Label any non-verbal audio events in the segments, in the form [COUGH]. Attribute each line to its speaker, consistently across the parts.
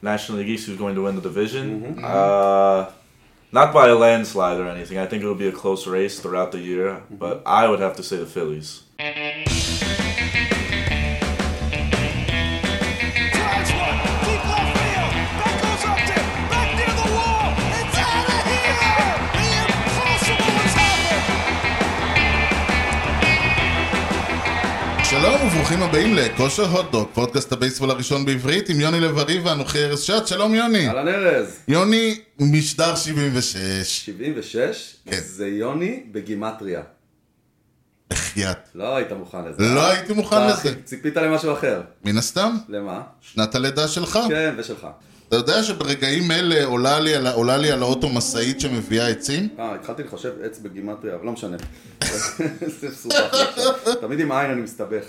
Speaker 1: National League East who's going to win the division. Uh, not by a landslide or anything. I think it would be a close race throughout the year, but I would have to say the Phillies.
Speaker 2: Drives one, deep left field. That goes up there, back near the wall. It's out of here. The impossible has happened.
Speaker 3: שלום וברוכים הבאים לכושר הוטדוק, פודקאסט הבייסבול הראשון בעברית עם יוני לב-ארי ואנוכי ארז שץ, שלום יוני.
Speaker 4: אהלן ארז,
Speaker 3: יוני, משדר 76,
Speaker 4: 76,
Speaker 3: כן.
Speaker 4: זה יוני בגימטריה.
Speaker 3: בחייאת.
Speaker 4: לא היית מוכן לזה.
Speaker 3: לא הייתי מוכן
Speaker 4: אתה
Speaker 3: לזה. אה.
Speaker 4: ציפית למשהו אחר.
Speaker 3: מן הסתם,
Speaker 4: למה?
Speaker 3: שנת הלידה שלך.
Speaker 4: כן, ושלך.
Speaker 3: אתה יודע שברגעים אלה עולה לי על, ה- עולה לי על האוטו משאית שמביאה עצים?
Speaker 4: אה, התחלתי לחשב עץ בגימטריה, אבל לא משנה. [LAUGHS] זה מסובך לי עכשיו. תמיד עם עין אני מסתבך.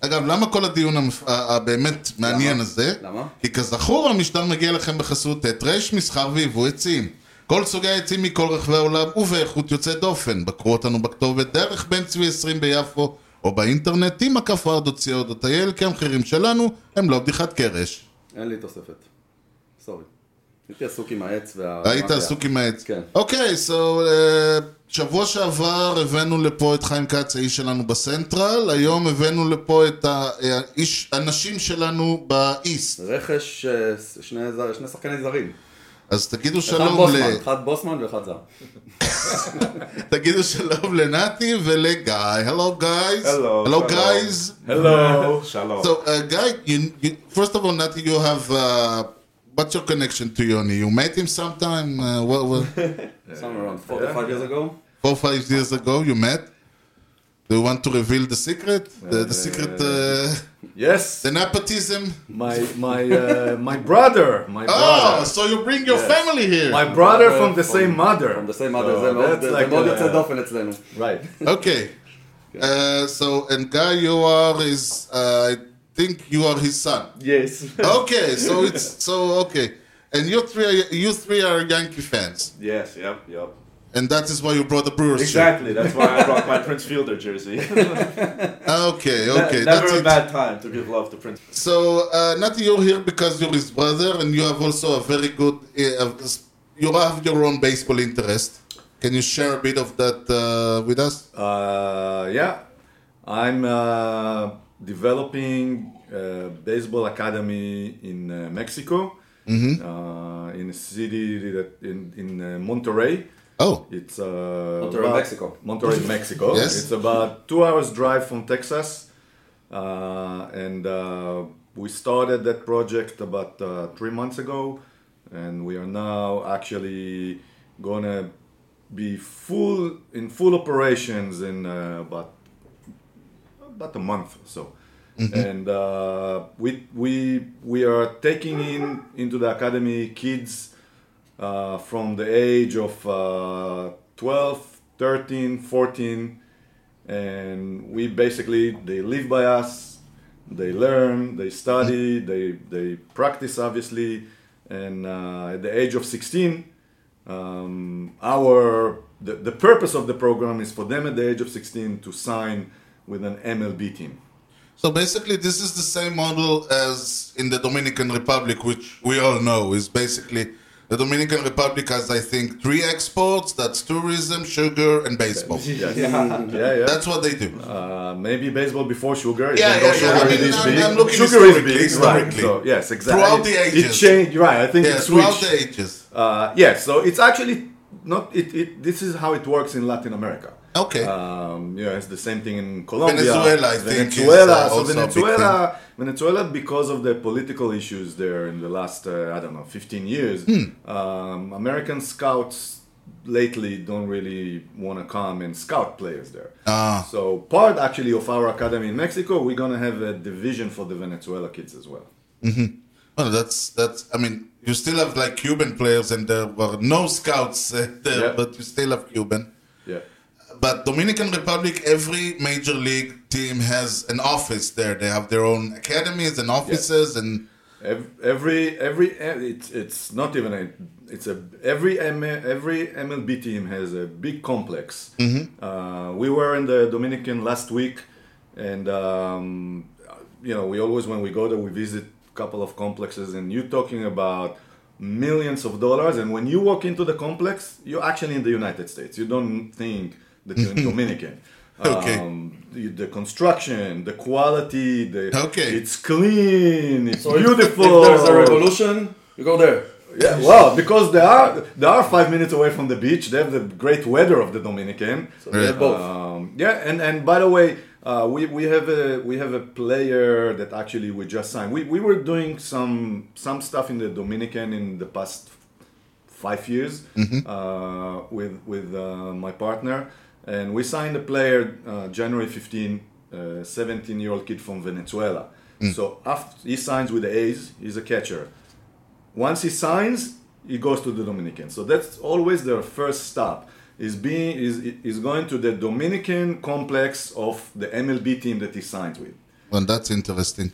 Speaker 3: אגב, למה כל הדיון המפ... ה- הבאמת מעניין
Speaker 4: למה?
Speaker 3: הזה?
Speaker 4: למה?
Speaker 3: כי כזכור, המשדר מגיע לכם בחסות ט' מסחר ויבוא עצים. כל סוגי העצים מכל רחבי העולם ובאיכות יוצאת דופן. בקרו אותנו בכתובת דרך בן צבי 20 ביפו, או באינטרנט, עם הכף רד או ציוד או טייל, כי המחירים שלנו הם לא בדיחת קרש.
Speaker 4: אין לי תוספת. סורי. הייתי עסוק עם העץ וה...
Speaker 3: היית עסוק עם העץ.
Speaker 4: כן.
Speaker 3: אוקיי, סו... שבוע שעבר הבאנו לפה את חיים כץ, האיש שלנו בסנטרל, היום הבאנו לפה את האיש, הנשים שלנו באיסט.
Speaker 4: רכש אה, ש- שני זר- שני שחקני זרים.
Speaker 3: אז תגידו
Speaker 4: אחד
Speaker 3: שלום ל...
Speaker 4: בוסמן, אחד בוסמן ואחד זר.
Speaker 3: תגידו שלום לנתי ולגיא. הלו גייז.
Speaker 1: Hello,
Speaker 3: הלו
Speaker 1: hello.
Speaker 3: גייז.
Speaker 1: Hello. Shalom.
Speaker 3: So, uh, Guy, you, you, first of all, Nati, you have, uh, what's your connection to Yoni? You met him sometime, uh, what, what,
Speaker 4: Somewhere around 45 years ago.
Speaker 3: four, five years ago, you met? Do you want to reveal the secret? The, the secret, uh,
Speaker 5: Yes,
Speaker 3: the nepotism?
Speaker 5: my my uh, my brother, my
Speaker 3: Oh,
Speaker 5: brother,
Speaker 3: so you bring your family here.
Speaker 5: my brother from the
Speaker 4: From-
Speaker 5: same mother.
Speaker 4: From the same mother, זה
Speaker 5: So
Speaker 4: מאוד-
Speaker 5: that's
Speaker 4: זה
Speaker 5: like
Speaker 4: מאוד
Speaker 5: a-
Speaker 4: יוצא דופן אצלנו.
Speaker 5: [LAUGHS]
Speaker 4: [LAUGHS]
Speaker 5: Right.
Speaker 3: Okay. Uh, so, and Guy, you are his, uh, I think you are his son.
Speaker 1: yes.
Speaker 3: okay, so it's so okay, and you three, are, you three are Yankee fans,
Speaker 1: yes. Yep. Yep.
Speaker 3: and that is why you brought the Brewers. shirt.
Speaker 1: Exactly. That's why I brought my Prince Fielder [LAUGHS] jersey.
Speaker 3: Okay, okay, that's
Speaker 1: Never a
Speaker 3: it.
Speaker 1: bad time to give love to Prince.
Speaker 3: So, uh, Nati, you're here because you're his brother, and you have also a very good. Uh, you have your own baseball interest. Can you share a bit of that uh, with us?
Speaker 5: Uh, yeah, I'm uh, developing a baseball academy in uh, Mexico, uh, in a city that in in uh, Monterrey.
Speaker 3: Oh,
Speaker 5: It's uh,
Speaker 4: Monterrey,
Speaker 5: about-
Speaker 4: Mexico.
Speaker 5: Monterrey, Mexico.
Speaker 3: Yes.
Speaker 5: It's about two hours drive from Texas, uh, and uh, we started that project about uh, three months ago, and we are now actually gonna be full in full operations in uh, about about a month or so. And uh, we, we, we are taking in into the academy kids uh, from the age of uh, 12, 13, 14. And we basically, they live by us, they learn, they study, they, they practice obviously. And uh, at the age of 16, um, our the, the purpose of the program is for them at the age of 16 to sign with an MLB team.
Speaker 3: so basically, this is the same model as in the Dominican Republic, which we all know is basically. The Dominican Republic has, I think, three exports. That's tourism, sugar, and baseball.
Speaker 5: Yeah, yeah.
Speaker 3: That's what they do.
Speaker 5: Uh, maybe baseball before sugar.
Speaker 3: Yeah,
Speaker 5: even
Speaker 3: yeah,
Speaker 5: though
Speaker 3: yeah.
Speaker 5: Sugar
Speaker 3: I mean,
Speaker 5: is
Speaker 3: I'm-
Speaker 5: big.
Speaker 3: I'm looking
Speaker 5: sugar is
Speaker 3: historically,
Speaker 5: big,
Speaker 3: historically.
Speaker 5: Right. So, yes, exactly.
Speaker 3: Throughout the
Speaker 5: It-
Speaker 3: ages.
Speaker 5: It changed, right? I think
Speaker 3: yeah,
Speaker 5: it
Speaker 3: throughout
Speaker 5: switched.
Speaker 3: the ages.
Speaker 5: Uh, yes, so it's actually not. It, it this is how it works in Latin America.
Speaker 3: Okay.
Speaker 4: Uh,
Speaker 5: Um, yeah, it's the same thing in Colombia.
Speaker 3: Venezuela, I think, is, uh,
Speaker 5: Venezuela. so
Speaker 3: also a big
Speaker 5: Venezuela, Venezuela, because of the political issues there in the last, uh, I don't know, 15 years,
Speaker 3: Hmm.
Speaker 5: um, American scouts lately don't really want to come and scout players there.
Speaker 3: Ah.
Speaker 5: So part actually of our academy in Mexico, we're gonna have a division for the Venezuela kids as well.
Speaker 3: Well, that's that's. I mean, you still have like Cuban players, and there were no scouts uh, there,
Speaker 5: Yeah.
Speaker 3: but you still have Cuban.
Speaker 5: Yeah.
Speaker 3: But Dominican Republic, every major league team has an office there. They have their own academies and offices, and
Speaker 5: Ev- Every every eh, it's it's not even a it's a every M- every MLB team has a big complex.
Speaker 3: Mm-hmm.
Speaker 5: Uh, we were in the Dominican last week, and um, you know we always when we go there we visit couple of complexes, and you're talking about millions of dollars. And when you walk into the complex, you're actually in the United States. You don't think that you're
Speaker 3: [LAUGHS]
Speaker 5: in Dominican.
Speaker 3: Okay.
Speaker 5: Um, the, the construction, the quality, the
Speaker 3: Okay.
Speaker 5: it's clean, it's
Speaker 4: if-
Speaker 5: beautiful.
Speaker 4: If there's a revolution, you go there.
Speaker 5: Yeah, well, because they are they are five minutes away from the beach. They have the great weather of the Dominican.
Speaker 4: So we have both.
Speaker 5: Um, yeah, and, and by the way, uh, we, we have a we have a player that actually we just signed. We, we were doing some some stuff in the Dominican in the past five years
Speaker 4: Mm-hmm.
Speaker 5: uh, with with uh, my partner, and we signed a player uh, January 15, uh, 17 year old kid from Venezuela.
Speaker 4: Mm.
Speaker 5: So after he signs with the A's, he's a catcher. Once he signs, he goes to the Dominican. So that's always their first stop. Is being is is going to the Dominican complex of the MLB team that he signed with.
Speaker 3: And that's interesting.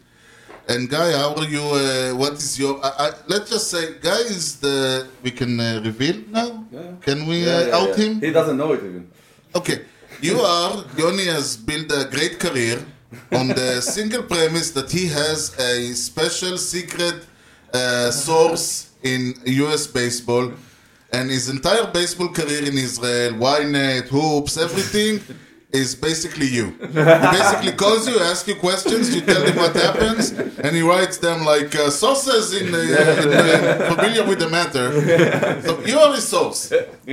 Speaker 3: And Guy, how are you? Uh, what is your? I, I, let's just say, Guy is the. We can uh, reveal now.
Speaker 4: Yeah.
Speaker 3: Can we
Speaker 4: Yeah,
Speaker 3: uh,
Speaker 4: yeah,
Speaker 3: out
Speaker 4: yeah.
Speaker 3: him?
Speaker 4: He doesn't know it even.
Speaker 3: Okay, you are. Yoni has built a great career on the single premise that he has a special secret uh, source in U.S. baseball, and his entire baseball career in Israel, Ynet, hoops, everything. Is basically you. He basically calls you, asks you questions, you tell him what happens, and he writes them like uh, sources in, uh, in uh, familiar with the matter. So you are his source.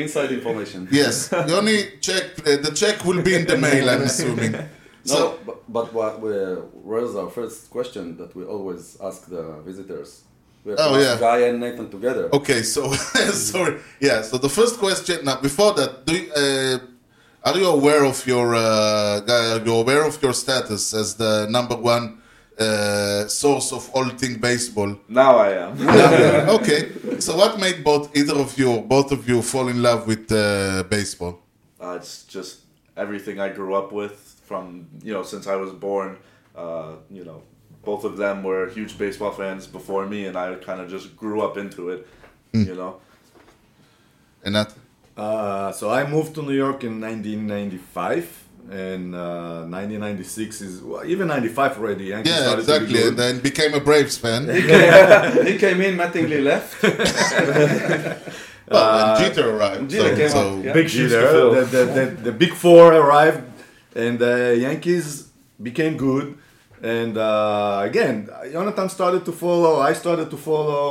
Speaker 4: Inside information.
Speaker 3: Yes, Yoni check. Uh, the check will be in the mail, I'm assuming.
Speaker 4: No,
Speaker 3: So
Speaker 4: but, but what we, where's our first question that we always ask the visitors? We have to
Speaker 3: Oh,
Speaker 4: ask
Speaker 3: yeah.
Speaker 4: Guy and Nathan together.
Speaker 3: okay, so [LAUGHS] sorry. Yeah, so the first question. Now, before that, do you, uh, are you aware of your uh, guy- are you aware of your status as the number one uh, source of all thing baseball?
Speaker 1: Now I [LAUGHS] am.
Speaker 3: [LAUGHS] okay, so what made both either of you, both of you, fall in love with uh, baseball?
Speaker 1: Uh, it's just everything I grew up with from you know since I was born. Uh, you know, both of them were huge baseball fans before me, and I kind of just grew up into it. You know,
Speaker 3: And that
Speaker 5: Uh, so I moved to New York in 1995, and uh, 1996 is well, even 95 already. Yankees
Speaker 3: yeah,
Speaker 5: started to be
Speaker 3: exactly.
Speaker 5: good.
Speaker 3: And then became a Braves
Speaker 5: [LAUGHS]
Speaker 3: fan.
Speaker 4: [LAUGHS] he came in, Mattingly left.
Speaker 3: well,
Speaker 5: Uh,
Speaker 3: and Jeter arrived.
Speaker 4: Jeter
Speaker 3: so,
Speaker 4: came
Speaker 3: so
Speaker 4: up, yeah.
Speaker 5: big
Speaker 1: Shoes
Speaker 5: Jeter,
Speaker 1: to fill.
Speaker 5: the, the, the, the big four arrived, and the Yankees became good. And uh, again, Jonathan started to follow. I started to follow,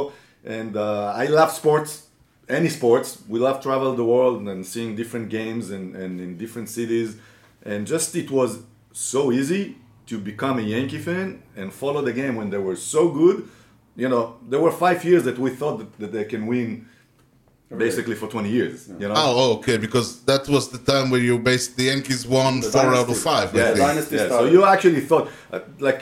Speaker 5: and uh, I love sports, any sports. We love travel the world and seeing different games and, and in different cities, and just it was so easy to become a Yankee fan and follow the game when they were so good. You know, there were five years that we thought that, that they can win, basically for twenty years. You know,
Speaker 3: Oh, okay, because that was the time where you based the Yankees won four out of
Speaker 4: dynasty.
Speaker 3: five. I
Speaker 5: Yeah,
Speaker 3: think.
Speaker 4: dynasty
Speaker 5: yeah, so
Speaker 4: started.
Speaker 5: you actually thought uh, like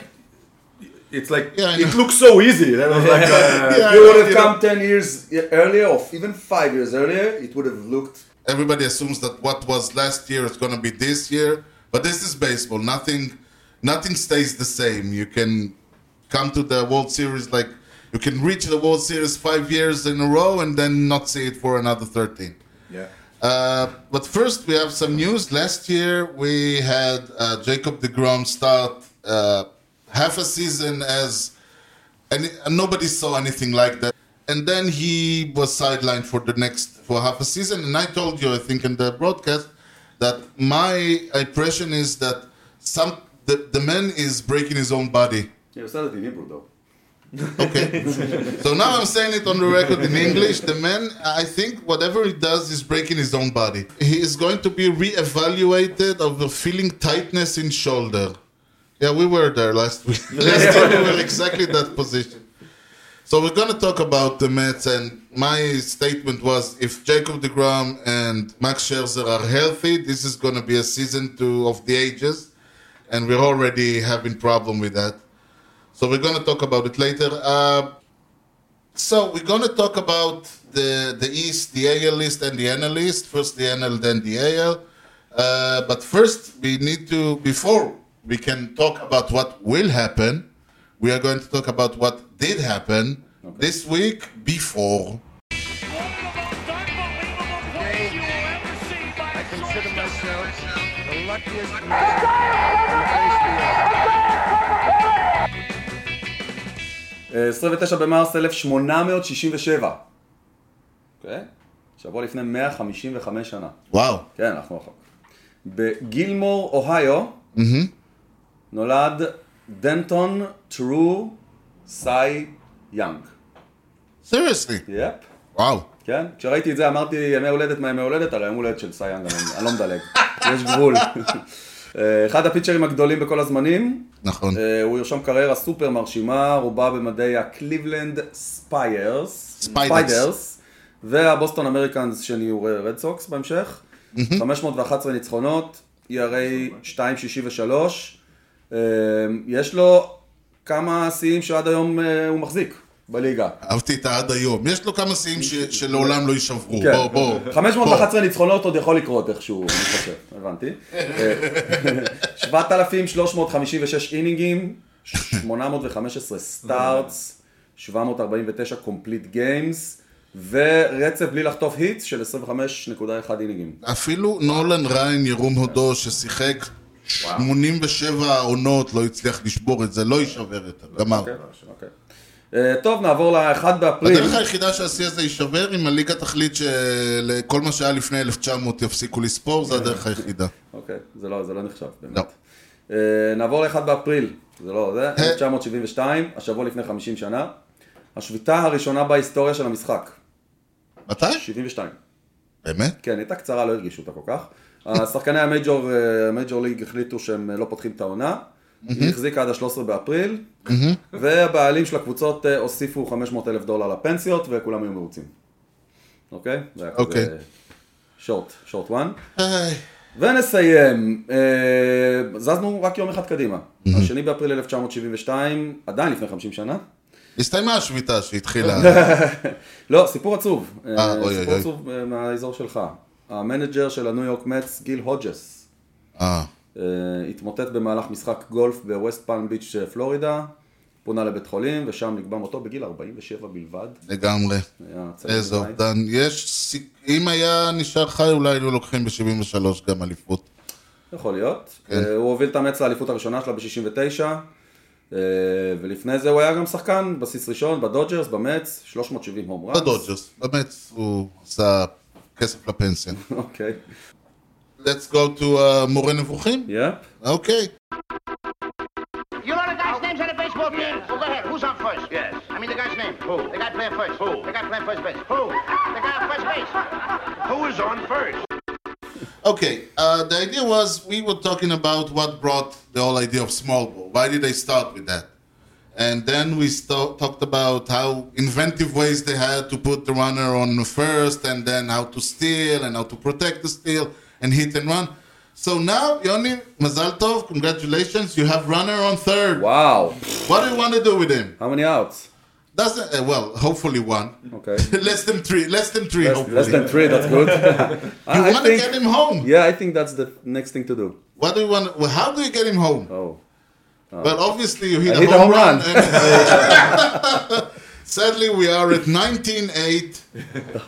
Speaker 5: it's like
Speaker 3: Yeah, I
Speaker 5: it
Speaker 3: know.
Speaker 5: looks so easy. That was like uh,
Speaker 3: Yeah,
Speaker 4: you would have
Speaker 3: you
Speaker 4: come 10 years e- earlier or even 5 years earlier, it would have looked.
Speaker 3: know, everybody assumes that what was last year is going to be this year, but this is baseball. Nothing, nothing stays the same. You can come to the World Series like you can reach the World Series five years in a row and then not see it for another thirteen.
Speaker 5: yeah.
Speaker 3: Uh, but first, we have some news. Last year, we had uh, Jacob DeGrom start uh, half a season as, and, and nobody saw anything like that. And then he was sidelined for the next for half a season. And I told you, I think, in the broadcast, that my impression is that some the, the man is breaking his own body.
Speaker 4: Yeah, we started in Hebrew though.
Speaker 3: Okay. so now I'm saying it on the record in English. The man, I think, whatever he does is breaking his own body. He is going to be reevaluated over feeling tightness in shoulder. Yeah, we were there last week. last time we were exactly that position. So we're going to talk about the Mets, and my statement was if Jacob DeGrom and Max Scherzer are healthy, this is going to be a season two of the ages, and we're already having problem with that. So we're going to talk about it later. Uh, so we're going to talk about the the East, the AL list, and the NL list. First the NL, then the AL. Uh, but first, we need to before we can talk about what will happen. We are going to talk about what did happen this week before.
Speaker 2: One of the most unbelievable plays you will ever see by a shortstop.
Speaker 5: Uh,
Speaker 4: אה, 29 במרס 1867. אוקיי? שבוע לפני 155 שנה.
Speaker 3: וואו.
Speaker 4: כן, אנחנו רחוק. בגילמור, אוהיו, נולד דנטון טרו סאי יאנג.
Speaker 3: סיריוסלי.
Speaker 4: יפ.
Speaker 3: וואו.
Speaker 4: כן? כשראיתי את זה אמרתי ימי הולדת מה ימי הולדת, על היום הולדת של סייאנג, אני לא מדלג, יש גבול. אה, אחד הפיצ'רים הגדולים בכל הזמנים,
Speaker 3: נכון.
Speaker 4: אה, הוא ירשום קריירה סופר מרשימה, רובה במדי הקליבלנד ספיירס,
Speaker 3: ספיידרס.
Speaker 4: ספיידרס, והבוסטון אמריקאנס שנהיו רד סוקס בהמשך, 511 ניצחונות, E ERA 263, אה, יש לו כמה שיאים שעד היום אה, הוא מחזיק בליגה.
Speaker 3: אהבתי את העד היום. יש לו כמה שיאים ש- שלעולם לא יישברו.
Speaker 4: כן.
Speaker 3: בוא, בוא.
Speaker 4: 511 ניצחונות עוד יכול לקרות איכשהו, אני חושב, הבנתי. אה, 7,356 אינינגים, 815 סטארטס, 749 קומפליט גיימס, ורצף בלי לחטוף היטס של 25.1 אינינגים.
Speaker 3: אפילו נולן ריין, ירום הודו, ששיחק 87 עונות, לא הצליח לשבור את זה, לא יישבר יותר. גמר.
Speaker 4: אוקיי. אה, טוב, נעבור ל-1 באפריל.
Speaker 3: הדרך היחידה שהשיא הזה יישבר, אם הליגה תחליט שכל מה שהיה לפני 1900 יפסיקו לספור, זה הדרך היחידה.
Speaker 4: אוקיי, זה לא, זה לא נחשב, באמת.
Speaker 3: לא.
Speaker 4: אה, נעבור ל-1 באפריל, זה לא, זה 1972, השבוע לפני 50 שנה. השביתה הראשונה בהיסטוריה של המשחק,
Speaker 3: מתי?
Speaker 4: 72.
Speaker 3: באמת?
Speaker 4: כן, הייתה קצרה, לא הרגישו אותה כל כך. השחקני המייג'ור, אה, המייג'ור ליג החליטו שהם אה, לא פותחים את העונה. היא החזיקה עד ה-13 באפריל, והבעלים של הקבוצות אה, הוסיפו 500 אלף דולר לפנסיות, וכולם היו מרוצים. אוקיי? זה היה
Speaker 3: אוקיי.
Speaker 4: כזה שורט, שורט וואן.
Speaker 3: היי.
Speaker 4: ונסיים, אה, זזנו רק יום אחד קדימה. השני באפריל 1972, עדיין לפני 50 שנה.
Speaker 3: הסתיימה השביתה [LAUGHS] שהתחילה.
Speaker 4: לא, סיפור עצוב. אה,
Speaker 3: אה, אוי,
Speaker 4: סיפור
Speaker 3: אוי,
Speaker 4: עצוב אה, מהאזור שלך. המנג'ר של הניו יורק מצ, גיל הודג'ס,
Speaker 3: אה,
Speaker 4: אה, התמוטט במהלך משחק גולף בווסט פלם ביץ' אה, פלורידה, פונה לבית חולים, ושם נקבע מותו בגיל 47 בלבד.
Speaker 3: לגמרי.
Speaker 4: היה צעיר
Speaker 3: איזה
Speaker 4: מדי.
Speaker 3: אובדן. יש, סיכ- אם היה נשאר חי, אולי היו לוקחים ב-73 גם אליפות.
Speaker 4: יכול להיות.
Speaker 3: כן.
Speaker 4: אה, הוא הוביל את המץ לאליפות הראשונה שלה ב-69, אה, ולפני זה הוא היה גם שחקן, בסיס ראשון, בדודג'רס, במץ, 370 הום ראנס.
Speaker 3: בדודג'רס, באמת, הוא עשה כסף לפנסיה.
Speaker 4: [LAUGHS] אוקיי,
Speaker 3: Let's go to uh, מורה נבוכים?
Speaker 4: יפ.
Speaker 3: אוקיי.
Speaker 6: You know the guy's names on the baseball team? Well, go ahead. Who's on first? Yes. I mean the guy's name. Who? The guy playing first. Who? The guy playing first base. Who? The guy on first base. Who is on first?
Speaker 3: Okay, uh, the idea was we were talking about what brought the whole idea of small ball. Why did they start with that? And then we sto- talked about how inventive ways they had to put the runner on first, and then how to steal and how to protect the steal and hit and run. So now, Yoni Mazaltov, congratulations, you have runner on third.
Speaker 4: וואו,
Speaker 3: What do you want to do with him?
Speaker 4: how many outs?
Speaker 3: Doesn't uh, well, hopefully one.
Speaker 4: אוקיי.
Speaker 3: [LAUGHS] less than three. Less than three.
Speaker 4: Less,
Speaker 3: hopefully.
Speaker 4: less than three, that's good. [LAUGHS]
Speaker 3: you
Speaker 4: I, I
Speaker 3: want to
Speaker 4: think,
Speaker 3: get him home.
Speaker 4: yeah, I think that's the next thing to do.
Speaker 3: What do you want? Well, how do you get him home?
Speaker 4: Oh.
Speaker 3: Well, obviously you hit,
Speaker 4: I hit a home run.
Speaker 3: and- [LAUGHS] sadly, we are at 19-8.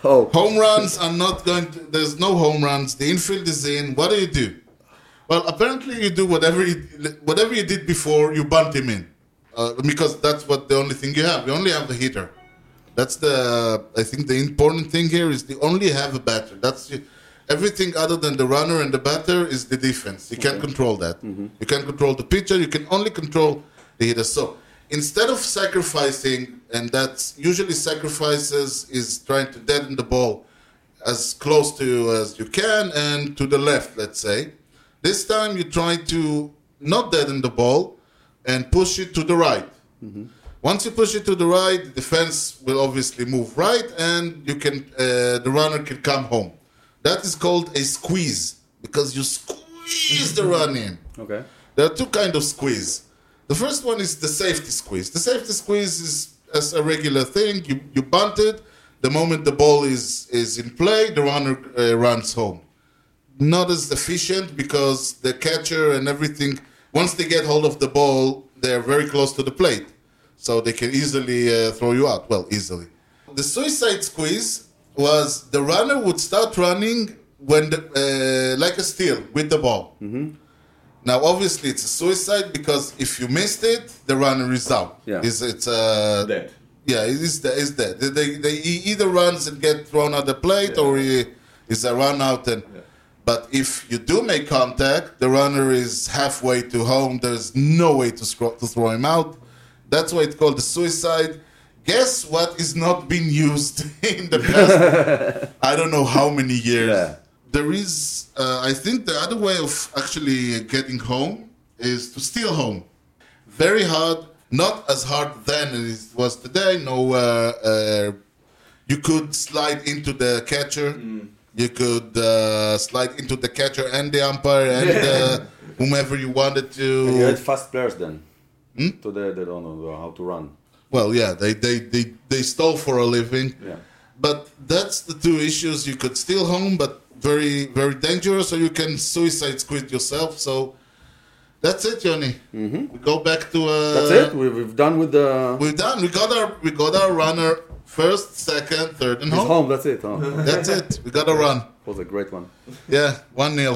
Speaker 4: Oh.
Speaker 3: Home runs are not going. To, there's no home runs. The infield is in. What do you do? Well, apparently you do whatever you, whatever you did before. You bunt him in, uh, because that's what the only thing you have. You only have the hitter. That's the. I think the important thing here is you only have a batter. That's you, everything other than the runner and the batter is the defense. You can't control that. You can't control the pitcher. You can only control the hitter. So instead of sacrificing, and that's usually sacrifices is trying to deaden the ball as close to you as you can and to the left, let's say. This time you try to not deaden the ball and push it to the right. Once you push it to the right, the defense will obviously move right, and you can uh, the runner can come home. That is called a squeeze because you squeeze the run in.
Speaker 4: אוקיי.
Speaker 3: There are two kind of squeeze. The first one is the safety squeeze. The safety squeeze is as a regular thing. You you bunt it. The moment the ball is is in play, the runner uh, runs home. Not as efficient because the catcher and everything. Once they get hold of the ball, they're very close to the plate, so they can easily uh, throw you out. Well, easily. The suicide squeeze was the runner would start running when the, uh, like a steal with the ball. Now, obviously, it's a suicide because if you missed it, the runner is out.
Speaker 4: Yeah.
Speaker 3: It's, it's uh,
Speaker 5: Dead.
Speaker 3: Yeah, it is that. Is that they, they, they he either runs and get thrown at the plate, or he is a run out and. But if you do make contact, the runner is halfway to home. There's no way to scro- to throw him out. That's why it's called a suicide. Guess what is not being used [LAUGHS] in the past? I don't know how many years.
Speaker 4: [LAUGHS] Yeah.
Speaker 3: There is, uh, I think, the other way of actually getting home is to steal home very hard. Not as hard then as it was today. No, uh, uh, you could slide into the catcher.
Speaker 4: Mm.
Speaker 3: You could uh, slide into the catcher and the umpire
Speaker 4: [LAUGHS]
Speaker 3: and uh, whomever you wanted
Speaker 4: You had
Speaker 3: to.
Speaker 4: fast players then. Today they don't know how to run.
Speaker 3: Well, yeah, they they they, they stole for a living.
Speaker 4: Yeah.
Speaker 3: But that's the two issues. You could steal home, but very very dangerous, or you can suicide squid yourself. So that's it, Yoni. We go back to uh,
Speaker 4: Mm-hmm. That's it. We, we've done with the.
Speaker 3: We're done. We got our we got our runner first, second, third, and
Speaker 4: It's
Speaker 3: home.
Speaker 4: home. That's it. [LAUGHS] Huh?
Speaker 3: That's it. We got a run.
Speaker 4: was a great one.
Speaker 3: Yeah, one nil.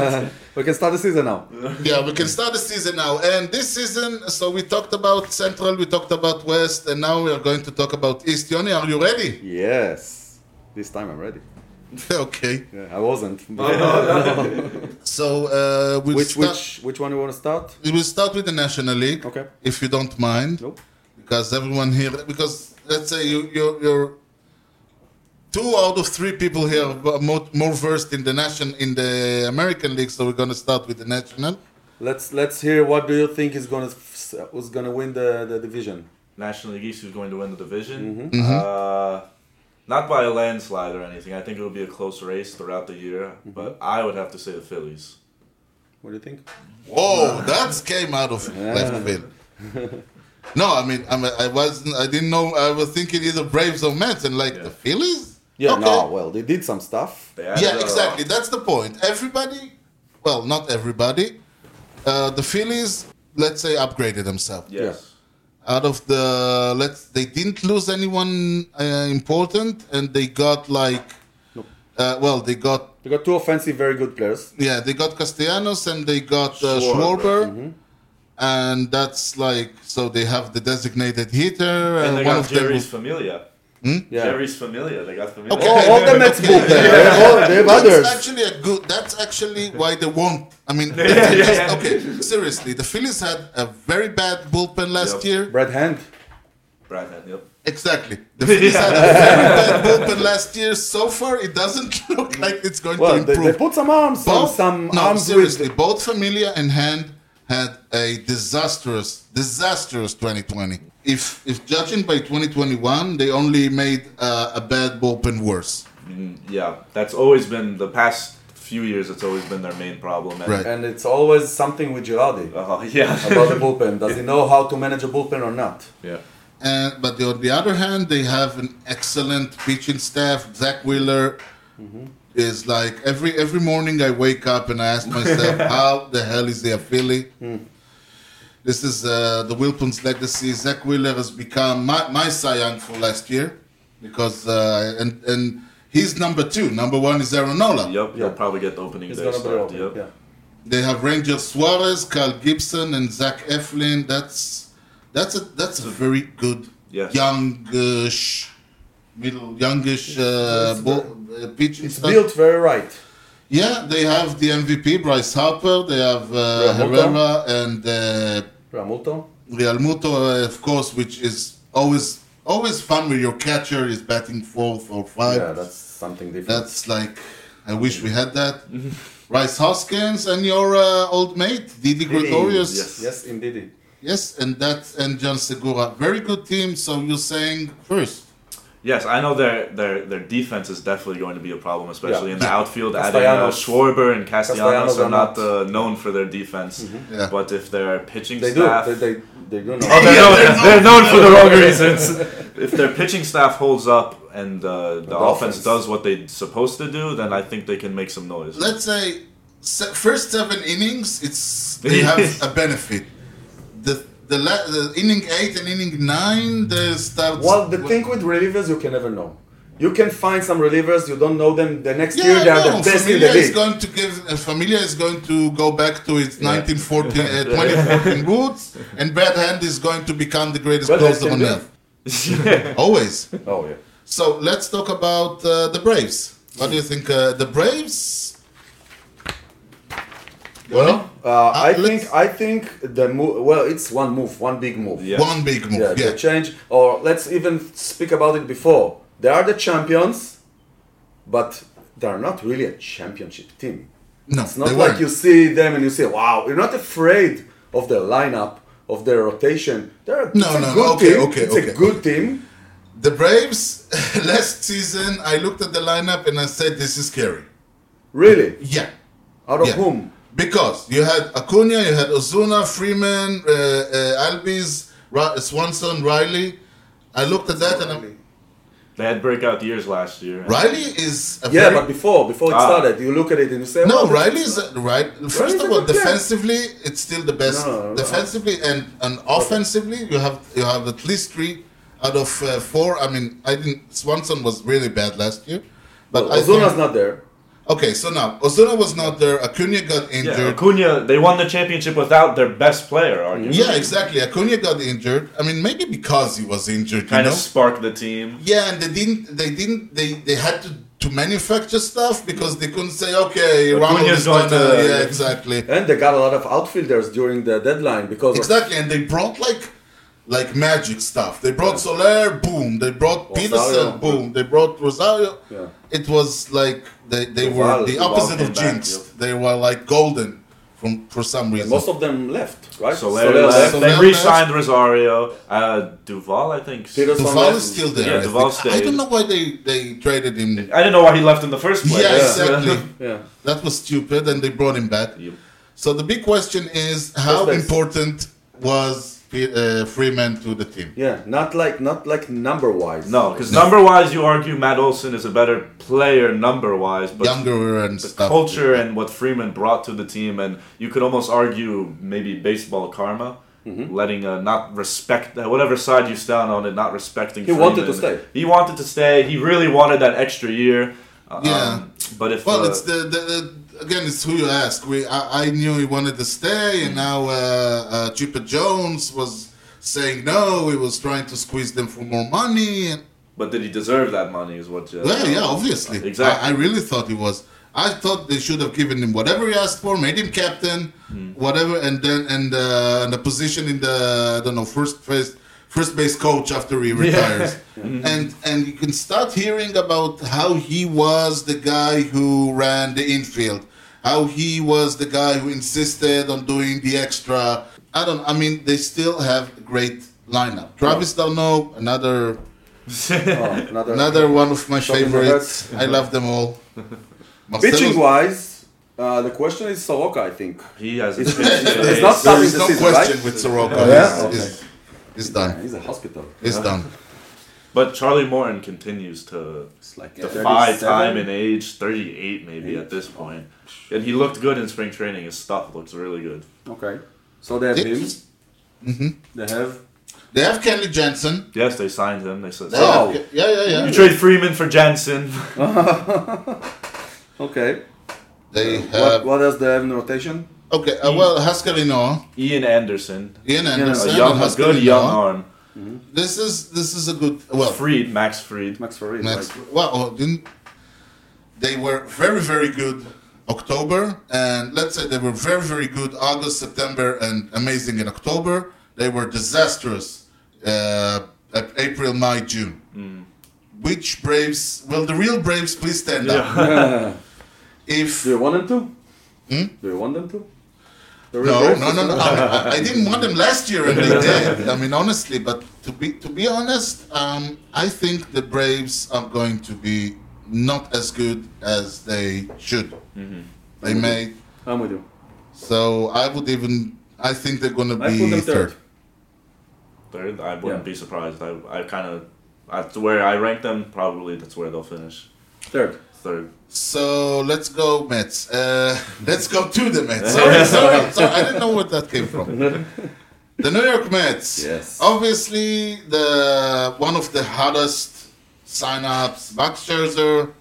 Speaker 3: [LAUGHS]
Speaker 4: We can start the season now.
Speaker 3: yeah, we can start the season now. And this season, so we talked about Central, we talked about West, and now we are going to talk about East. Yoni, are you ready? [LAUGHS]
Speaker 4: Yes. This time I'm ready.
Speaker 3: okay.
Speaker 4: Yeah, I [LAUGHS] wasn't.
Speaker 3: So uh, we'll
Speaker 4: which
Speaker 3: start,
Speaker 4: which which one you want to start?
Speaker 3: we will start with the National League,
Speaker 4: Okay.
Speaker 3: if you don't mind.
Speaker 4: Nope.
Speaker 3: because everyone here because let's say you you're, you're two out of three people here are more, more versed in the nation in the American league so we're going to start with the national
Speaker 4: Let's let's hear what do you think is gonna f- was gonna win the, the division?
Speaker 1: National League East who's going to win the division.
Speaker 4: Mm-hmm.
Speaker 3: Mm-hmm.
Speaker 1: Uh, not by a landslide or anything. I think it'll be a close race throughout the year,
Speaker 4: Mm-hmm.
Speaker 1: but I would have to say the Phillies.
Speaker 4: What do you think?
Speaker 3: whoa that came out of left field no I mean I'm, I wasn't I didn't know I was thinking either Braves or Mets and like the Phillies
Speaker 4: Yeah.
Speaker 3: Okay.
Speaker 4: No. Well, they did some stuff.
Speaker 1: They added
Speaker 3: yeah
Speaker 1: a-
Speaker 3: exactly that's the point everybody well not everybody uh, the Phillies let's say upgraded themselves
Speaker 1: Yes.
Speaker 3: out of the let's they didn't lose anyone uh, important and they got like uh, well they got
Speaker 4: They got two offensive, very good players.
Speaker 3: yeah they got castellanos and they got uh,
Speaker 1: Schwarber. Mm-hmm.
Speaker 3: Schwarber. and that's like so they have the designated hitter
Speaker 1: And they
Speaker 3: Uh, one
Speaker 1: got
Speaker 3: of them
Speaker 1: Jerry's
Speaker 3: was-
Speaker 1: Familia.
Speaker 4: Yeah.
Speaker 1: Jerry's Familia. They got Familia.
Speaker 3: Okay.
Speaker 4: Oh, [LAUGHS] all the Mets book. They have, all, they have
Speaker 3: that's
Speaker 4: others.
Speaker 3: actually a good that's actually why they won i
Speaker 1: [LAUGHS]
Speaker 3: mean
Speaker 1: yeah, yeah.
Speaker 3: [LAUGHS] okay seriously the phillies had a very bad bullpen last
Speaker 1: Yep.
Speaker 3: year
Speaker 4: Brad Hand.
Speaker 1: Brad, yep.
Speaker 3: Exactly.
Speaker 1: [LAUGHS]
Speaker 3: The Phillies had a very bad bullpen last year. So far, it doesn't [LAUGHS] look like it's going
Speaker 4: Well,
Speaker 3: to
Speaker 4: they, they
Speaker 3: improve.
Speaker 4: put some arms, some, some
Speaker 3: no,
Speaker 4: arms with
Speaker 3: seriously, both Familia and Hand had a disastrous, disastrous 2020. If if judging by 2021, they only made uh, a bad bullpen worse.
Speaker 1: Mm, Yeah, that's always been the past few years. It's always been their main problem. And,
Speaker 3: Right.
Speaker 4: And it's always something with Girardi
Speaker 1: [LAUGHS] Uh,
Speaker 4: [LAUGHS]
Speaker 1: yeah.
Speaker 4: about the bullpen. Does he know how to manage a bullpen or not?
Speaker 1: yeah.
Speaker 3: And Uh, but on the other hand, they have an excellent pitching staff. Zach Wheeler is like every every morning I wake up and I ask myself, how the hell is he a Philly? This is uh, the Wilpons legacy. Zach Wheeler has become my, my Cy Young for last year because uh, and and he's number two. Number one is Aaron Nola.
Speaker 1: Yep.
Speaker 4: Yeah.
Speaker 1: They'll probably get the opening
Speaker 4: He's
Speaker 1: day
Speaker 4: gonna be
Speaker 1: start.
Speaker 4: open.
Speaker 1: Yep.
Speaker 4: Yeah.
Speaker 3: They have Ranger Suarez, Carl Gibson, and Zach Eflin. That's that's a that's a very good
Speaker 1: Yes.
Speaker 3: youngish middle youngish uh, ball, uh, pitching
Speaker 4: It's
Speaker 3: staff.
Speaker 4: built very right.
Speaker 3: Yeah, they have the MVP Bryce Harper. They have uh,
Speaker 4: Realmuto.
Speaker 3: Herrera and uh,
Speaker 4: Ramulto.
Speaker 3: Realmuto, uh, of course, which is always always fun when your catcher is batting fourth or five.
Speaker 4: Yeah, that's something different.
Speaker 3: That's like, I wish we had that. Rice Hoskins and your uh, old mate Didi Gregorius.
Speaker 1: yes.
Speaker 4: yes, indeed.
Speaker 3: Yes, and that's and John Segura. Very good team. So you're saying first.
Speaker 1: Yes, I know their their their defense is definitely going to be a problem, especially
Speaker 4: Yeah.
Speaker 1: in the outfield. Adding uh,
Speaker 4: Castellanos.
Speaker 1: Schwarber and Castellanos,
Speaker 4: Castellanos
Speaker 1: are
Speaker 4: are
Speaker 1: not
Speaker 4: not- Mm-hmm.
Speaker 1: uh, known for their defense,
Speaker 3: Yeah.
Speaker 1: but if their pitching
Speaker 4: They do.
Speaker 1: staff
Speaker 4: They, they, they do know.
Speaker 1: Oh, they're, known, they're known for the wrong reasons. if their pitching staff holds up and uh, the, offense
Speaker 4: offense.
Speaker 1: does what they're supposed to do, then I think they can make some noise.
Speaker 3: Let's say se- first seven innings. It's they [LAUGHS] have a benefit. The the, la- the inning eight and inning nine they start.
Speaker 4: Well, the thing with relievers, you can never know. you can find some relievers, you don't know them. The next year
Speaker 3: Yeah,
Speaker 4: they are
Speaker 3: no,
Speaker 4: the best in the
Speaker 3: Familia is
Speaker 4: league.
Speaker 3: going to give. Uh, Familia is going to go back to its 1914,
Speaker 4: [LAUGHS]
Speaker 3: uh, 2014 roots, and Brad Hand is going to become the greatest
Speaker 4: Brad Hand
Speaker 3: closer
Speaker 4: can
Speaker 3: on
Speaker 4: do
Speaker 3: earth.
Speaker 4: [LAUGHS]
Speaker 3: Always.
Speaker 4: Oh yeah.
Speaker 3: So let's talk about uh, the Braves. What do you think? Uh, the Braves. Well,
Speaker 4: Uh, I
Speaker 3: let's-
Speaker 4: think I think the move. Well, it's one move, one big move.
Speaker 1: Yeah.
Speaker 3: one big
Speaker 4: yeah,
Speaker 3: move.
Speaker 4: the
Speaker 3: Yeah,
Speaker 4: change. Or let's even speak about it before. They are the champions, but they are not really a championship team.
Speaker 3: no,
Speaker 4: It's not
Speaker 3: they
Speaker 4: like
Speaker 3: weren't.
Speaker 4: you see them and you say, "Wow!" You're not afraid of their lineup, of their rotation. They're
Speaker 3: No,
Speaker 4: it's a
Speaker 3: no, no,
Speaker 4: good
Speaker 3: okay,
Speaker 4: team.
Speaker 3: okay,
Speaker 4: it's
Speaker 3: okay,
Speaker 4: a good team.
Speaker 3: The Braves [LAUGHS] last season. I looked at the lineup and I said, "This is scary."
Speaker 4: Really,
Speaker 3: Yeah,
Speaker 4: out of
Speaker 3: Yeah.
Speaker 4: whom?
Speaker 3: because you had Acuna, you had Ozuna, Freeman, uh, uh, Albies, Ra- Swanson, Riley. I looked at that and I'm,
Speaker 1: They had breakout years last year.
Speaker 3: Riley is a
Speaker 4: Yeah,
Speaker 3: very-
Speaker 4: but before before it
Speaker 1: Ah.
Speaker 4: started, you look at it and you say,
Speaker 3: No,
Speaker 4: "Wow,
Speaker 3: Riley is a- right. First
Speaker 4: Riley's
Speaker 3: of
Speaker 4: a
Speaker 3: all,
Speaker 4: good player.
Speaker 3: defensively, it's still the best.
Speaker 4: No, no, no.
Speaker 3: defensively and, and offensively, you have you have at least three out of uh, four. I mean, I didn't. Swanson was really bad last year, but I
Speaker 4: Ozuna's
Speaker 3: think-
Speaker 4: not there."
Speaker 3: Okay, so now Ozuna was not there. Acuna got
Speaker 1: Yeah,
Speaker 3: injured.
Speaker 1: Acuna, they won the championship without their best player, arguably.
Speaker 3: Yeah, exactly. Acuna got injured. I mean, maybe because he was injured, you
Speaker 1: Kind of
Speaker 3: know.
Speaker 1: sparked the team.
Speaker 3: Yeah, and they didn't. They didn't. They they had to. To manufacture stuff because they couldn't say, okay, Ronald
Speaker 1: Acuna's
Speaker 3: is
Speaker 1: going
Speaker 3: going
Speaker 1: to-
Speaker 3: yeah, exactly.
Speaker 4: And they got a lot of outfielders during the deadline because of
Speaker 3: Exactly, and they brought like like magic stuff. They brought Soler, boom. They brought Peterson, boom. They brought Rosario.
Speaker 4: Yeah.
Speaker 3: It was like they, they were
Speaker 4: Duval-
Speaker 3: the
Speaker 4: Duval
Speaker 3: opposite of
Speaker 1: came back,
Speaker 3: Jinx.
Speaker 1: yeah.
Speaker 3: They were like golden from for some reason.
Speaker 4: most of them left, right?
Speaker 1: So
Speaker 4: Soler
Speaker 1: left.
Speaker 3: Soler
Speaker 1: They
Speaker 3: left.
Speaker 1: re-signed Rosario. Uh, Duval, I think.
Speaker 4: Peterson
Speaker 3: Duval is
Speaker 4: left.
Speaker 3: still there.
Speaker 1: Yeah,
Speaker 3: I,
Speaker 1: Duval
Speaker 3: think. I- I
Speaker 1: stayed.
Speaker 3: don't know why they, they traded him.
Speaker 1: I didn't know why he left in the first place.
Speaker 3: Yeah, exactly.
Speaker 4: Yeah.
Speaker 3: That was stupid, and they brought him back.
Speaker 1: Yep.
Speaker 3: So the big question is, how
Speaker 4: base.
Speaker 3: important was uh, Freeman to the team?
Speaker 4: Yeah, not like not like number
Speaker 1: [LAUGHS]
Speaker 4: wise. Oh,
Speaker 1: No, because number wise, you argue Matt Olson is a better player number wise, but
Speaker 3: Younger and
Speaker 1: the
Speaker 3: stuff.
Speaker 1: culture and what Freeman brought to the team, and you could almost argue maybe baseball karma,
Speaker 4: Mm-hmm.
Speaker 1: letting uh, not respect uh, whatever side you stand on it, not respecting.
Speaker 4: He wanted to stay.
Speaker 1: He wanted to stay. He really wanted that extra year. Uh,
Speaker 3: Yeah.
Speaker 1: um, but if
Speaker 3: Well,
Speaker 1: uh,
Speaker 3: it's the, the, the again, it's who you ask. We I, I knew he wanted to stay,
Speaker 1: Mm.
Speaker 3: and now uh, uh, Chipper Jones was saying no. He was trying to squeeze them for more money. And,
Speaker 1: but did he deserve that money? Is what. Uh,
Speaker 3: well, yeah, obviously.
Speaker 1: Exactly.
Speaker 3: I, I really thought he was. I thought they should have given him whatever he asked for, made him captain,
Speaker 1: Hmm.
Speaker 3: whatever, and then and, uh, and the position in the I don't know first base first base coach after he
Speaker 1: [LAUGHS]
Speaker 3: retires.
Speaker 1: Mm-hmm.
Speaker 3: And and you can start hearing about how he was the guy who ran the infield, how he was the guy who insisted on doing the extra. I don't. I mean, they still have a great lineup. Travis Darno, another
Speaker 4: Oh,
Speaker 1: [LAUGHS]
Speaker 4: another,
Speaker 3: Another one of my
Speaker 4: Talking
Speaker 3: favorites. I love them
Speaker 4: [LAUGHS]
Speaker 3: all.
Speaker 4: pitching
Speaker 3: Marcelo-
Speaker 4: wise. Uh, the question is Soroka, I think.
Speaker 1: He has.
Speaker 4: It's-
Speaker 1: it's
Speaker 4: it's not
Speaker 3: There
Speaker 4: stopping
Speaker 3: is
Speaker 4: the
Speaker 3: no
Speaker 4: season,
Speaker 3: question
Speaker 4: right?
Speaker 3: with Soroka.
Speaker 4: yeah?
Speaker 3: He's, he's- he's done.
Speaker 4: He's a hospital.
Speaker 3: He's done.
Speaker 1: But Charlie Morton continues to
Speaker 4: It's like
Speaker 1: defy
Speaker 4: 37.
Speaker 1: time and age. Thirty-eight, maybe at this point, and he looked good in spring training. His stuff looks really good.
Speaker 4: Okay, so they have him. They have.
Speaker 3: They have Kelly Jensen.
Speaker 1: Yes, they signed him. They said,
Speaker 3: They
Speaker 1: "Oh,
Speaker 4: Oh.
Speaker 3: have Ke- yeah, yeah, yeah.
Speaker 1: you trade Freeman for Jensen." [LAUGHS]
Speaker 4: Okay.
Speaker 3: They
Speaker 4: what,
Speaker 3: have
Speaker 4: what else they have in rotation?
Speaker 3: okay. Uh, well, Haskelino,
Speaker 1: Ian Anderson,
Speaker 3: Ian
Speaker 1: a
Speaker 3: Anderson,
Speaker 1: young,
Speaker 3: and
Speaker 1: a good
Speaker 3: Haskelino.
Speaker 1: young arm.
Speaker 3: This is this is a good. Well,
Speaker 1: Freed, Max Freed.
Speaker 4: Max Farid.
Speaker 3: Next,
Speaker 4: right?
Speaker 3: well, oh, didn't they were very very good October and let's say they were very very good August, September, and amazing in October. They were disastrous uh, at April, May, June. Which Braves? Well, the real Braves, please stand up. If
Speaker 4: uh, [LAUGHS] Do you want them to? Do you want them to? The
Speaker 3: Hmm? no,
Speaker 4: reverse
Speaker 3: no,
Speaker 4: is-
Speaker 3: no, no. I, I- I didn't want them last year, and they did. I mean, honestly, but to be to be honest, um, I think the Braves are going to be not as good as they should.
Speaker 4: Mm-hmm.
Speaker 3: They may.
Speaker 4: I'm with you.
Speaker 3: So I would even. I think they're going to
Speaker 4: I put
Speaker 3: be
Speaker 4: them
Speaker 3: third.
Speaker 4: third.
Speaker 1: Third, I wouldn't
Speaker 4: Yeah.
Speaker 1: be surprised. I, I kind of, that's where I rank them. Probably that's where they'll finish.
Speaker 4: Third.
Speaker 1: Third.
Speaker 3: So let's go Mets. Uh, let's go to the Mets. Sorry, sorry, sorry. I didn't know where that came from. The New York Mets.
Speaker 4: Yes.
Speaker 3: Obviously, the one of the hottest sign-ups, Max Scherzer,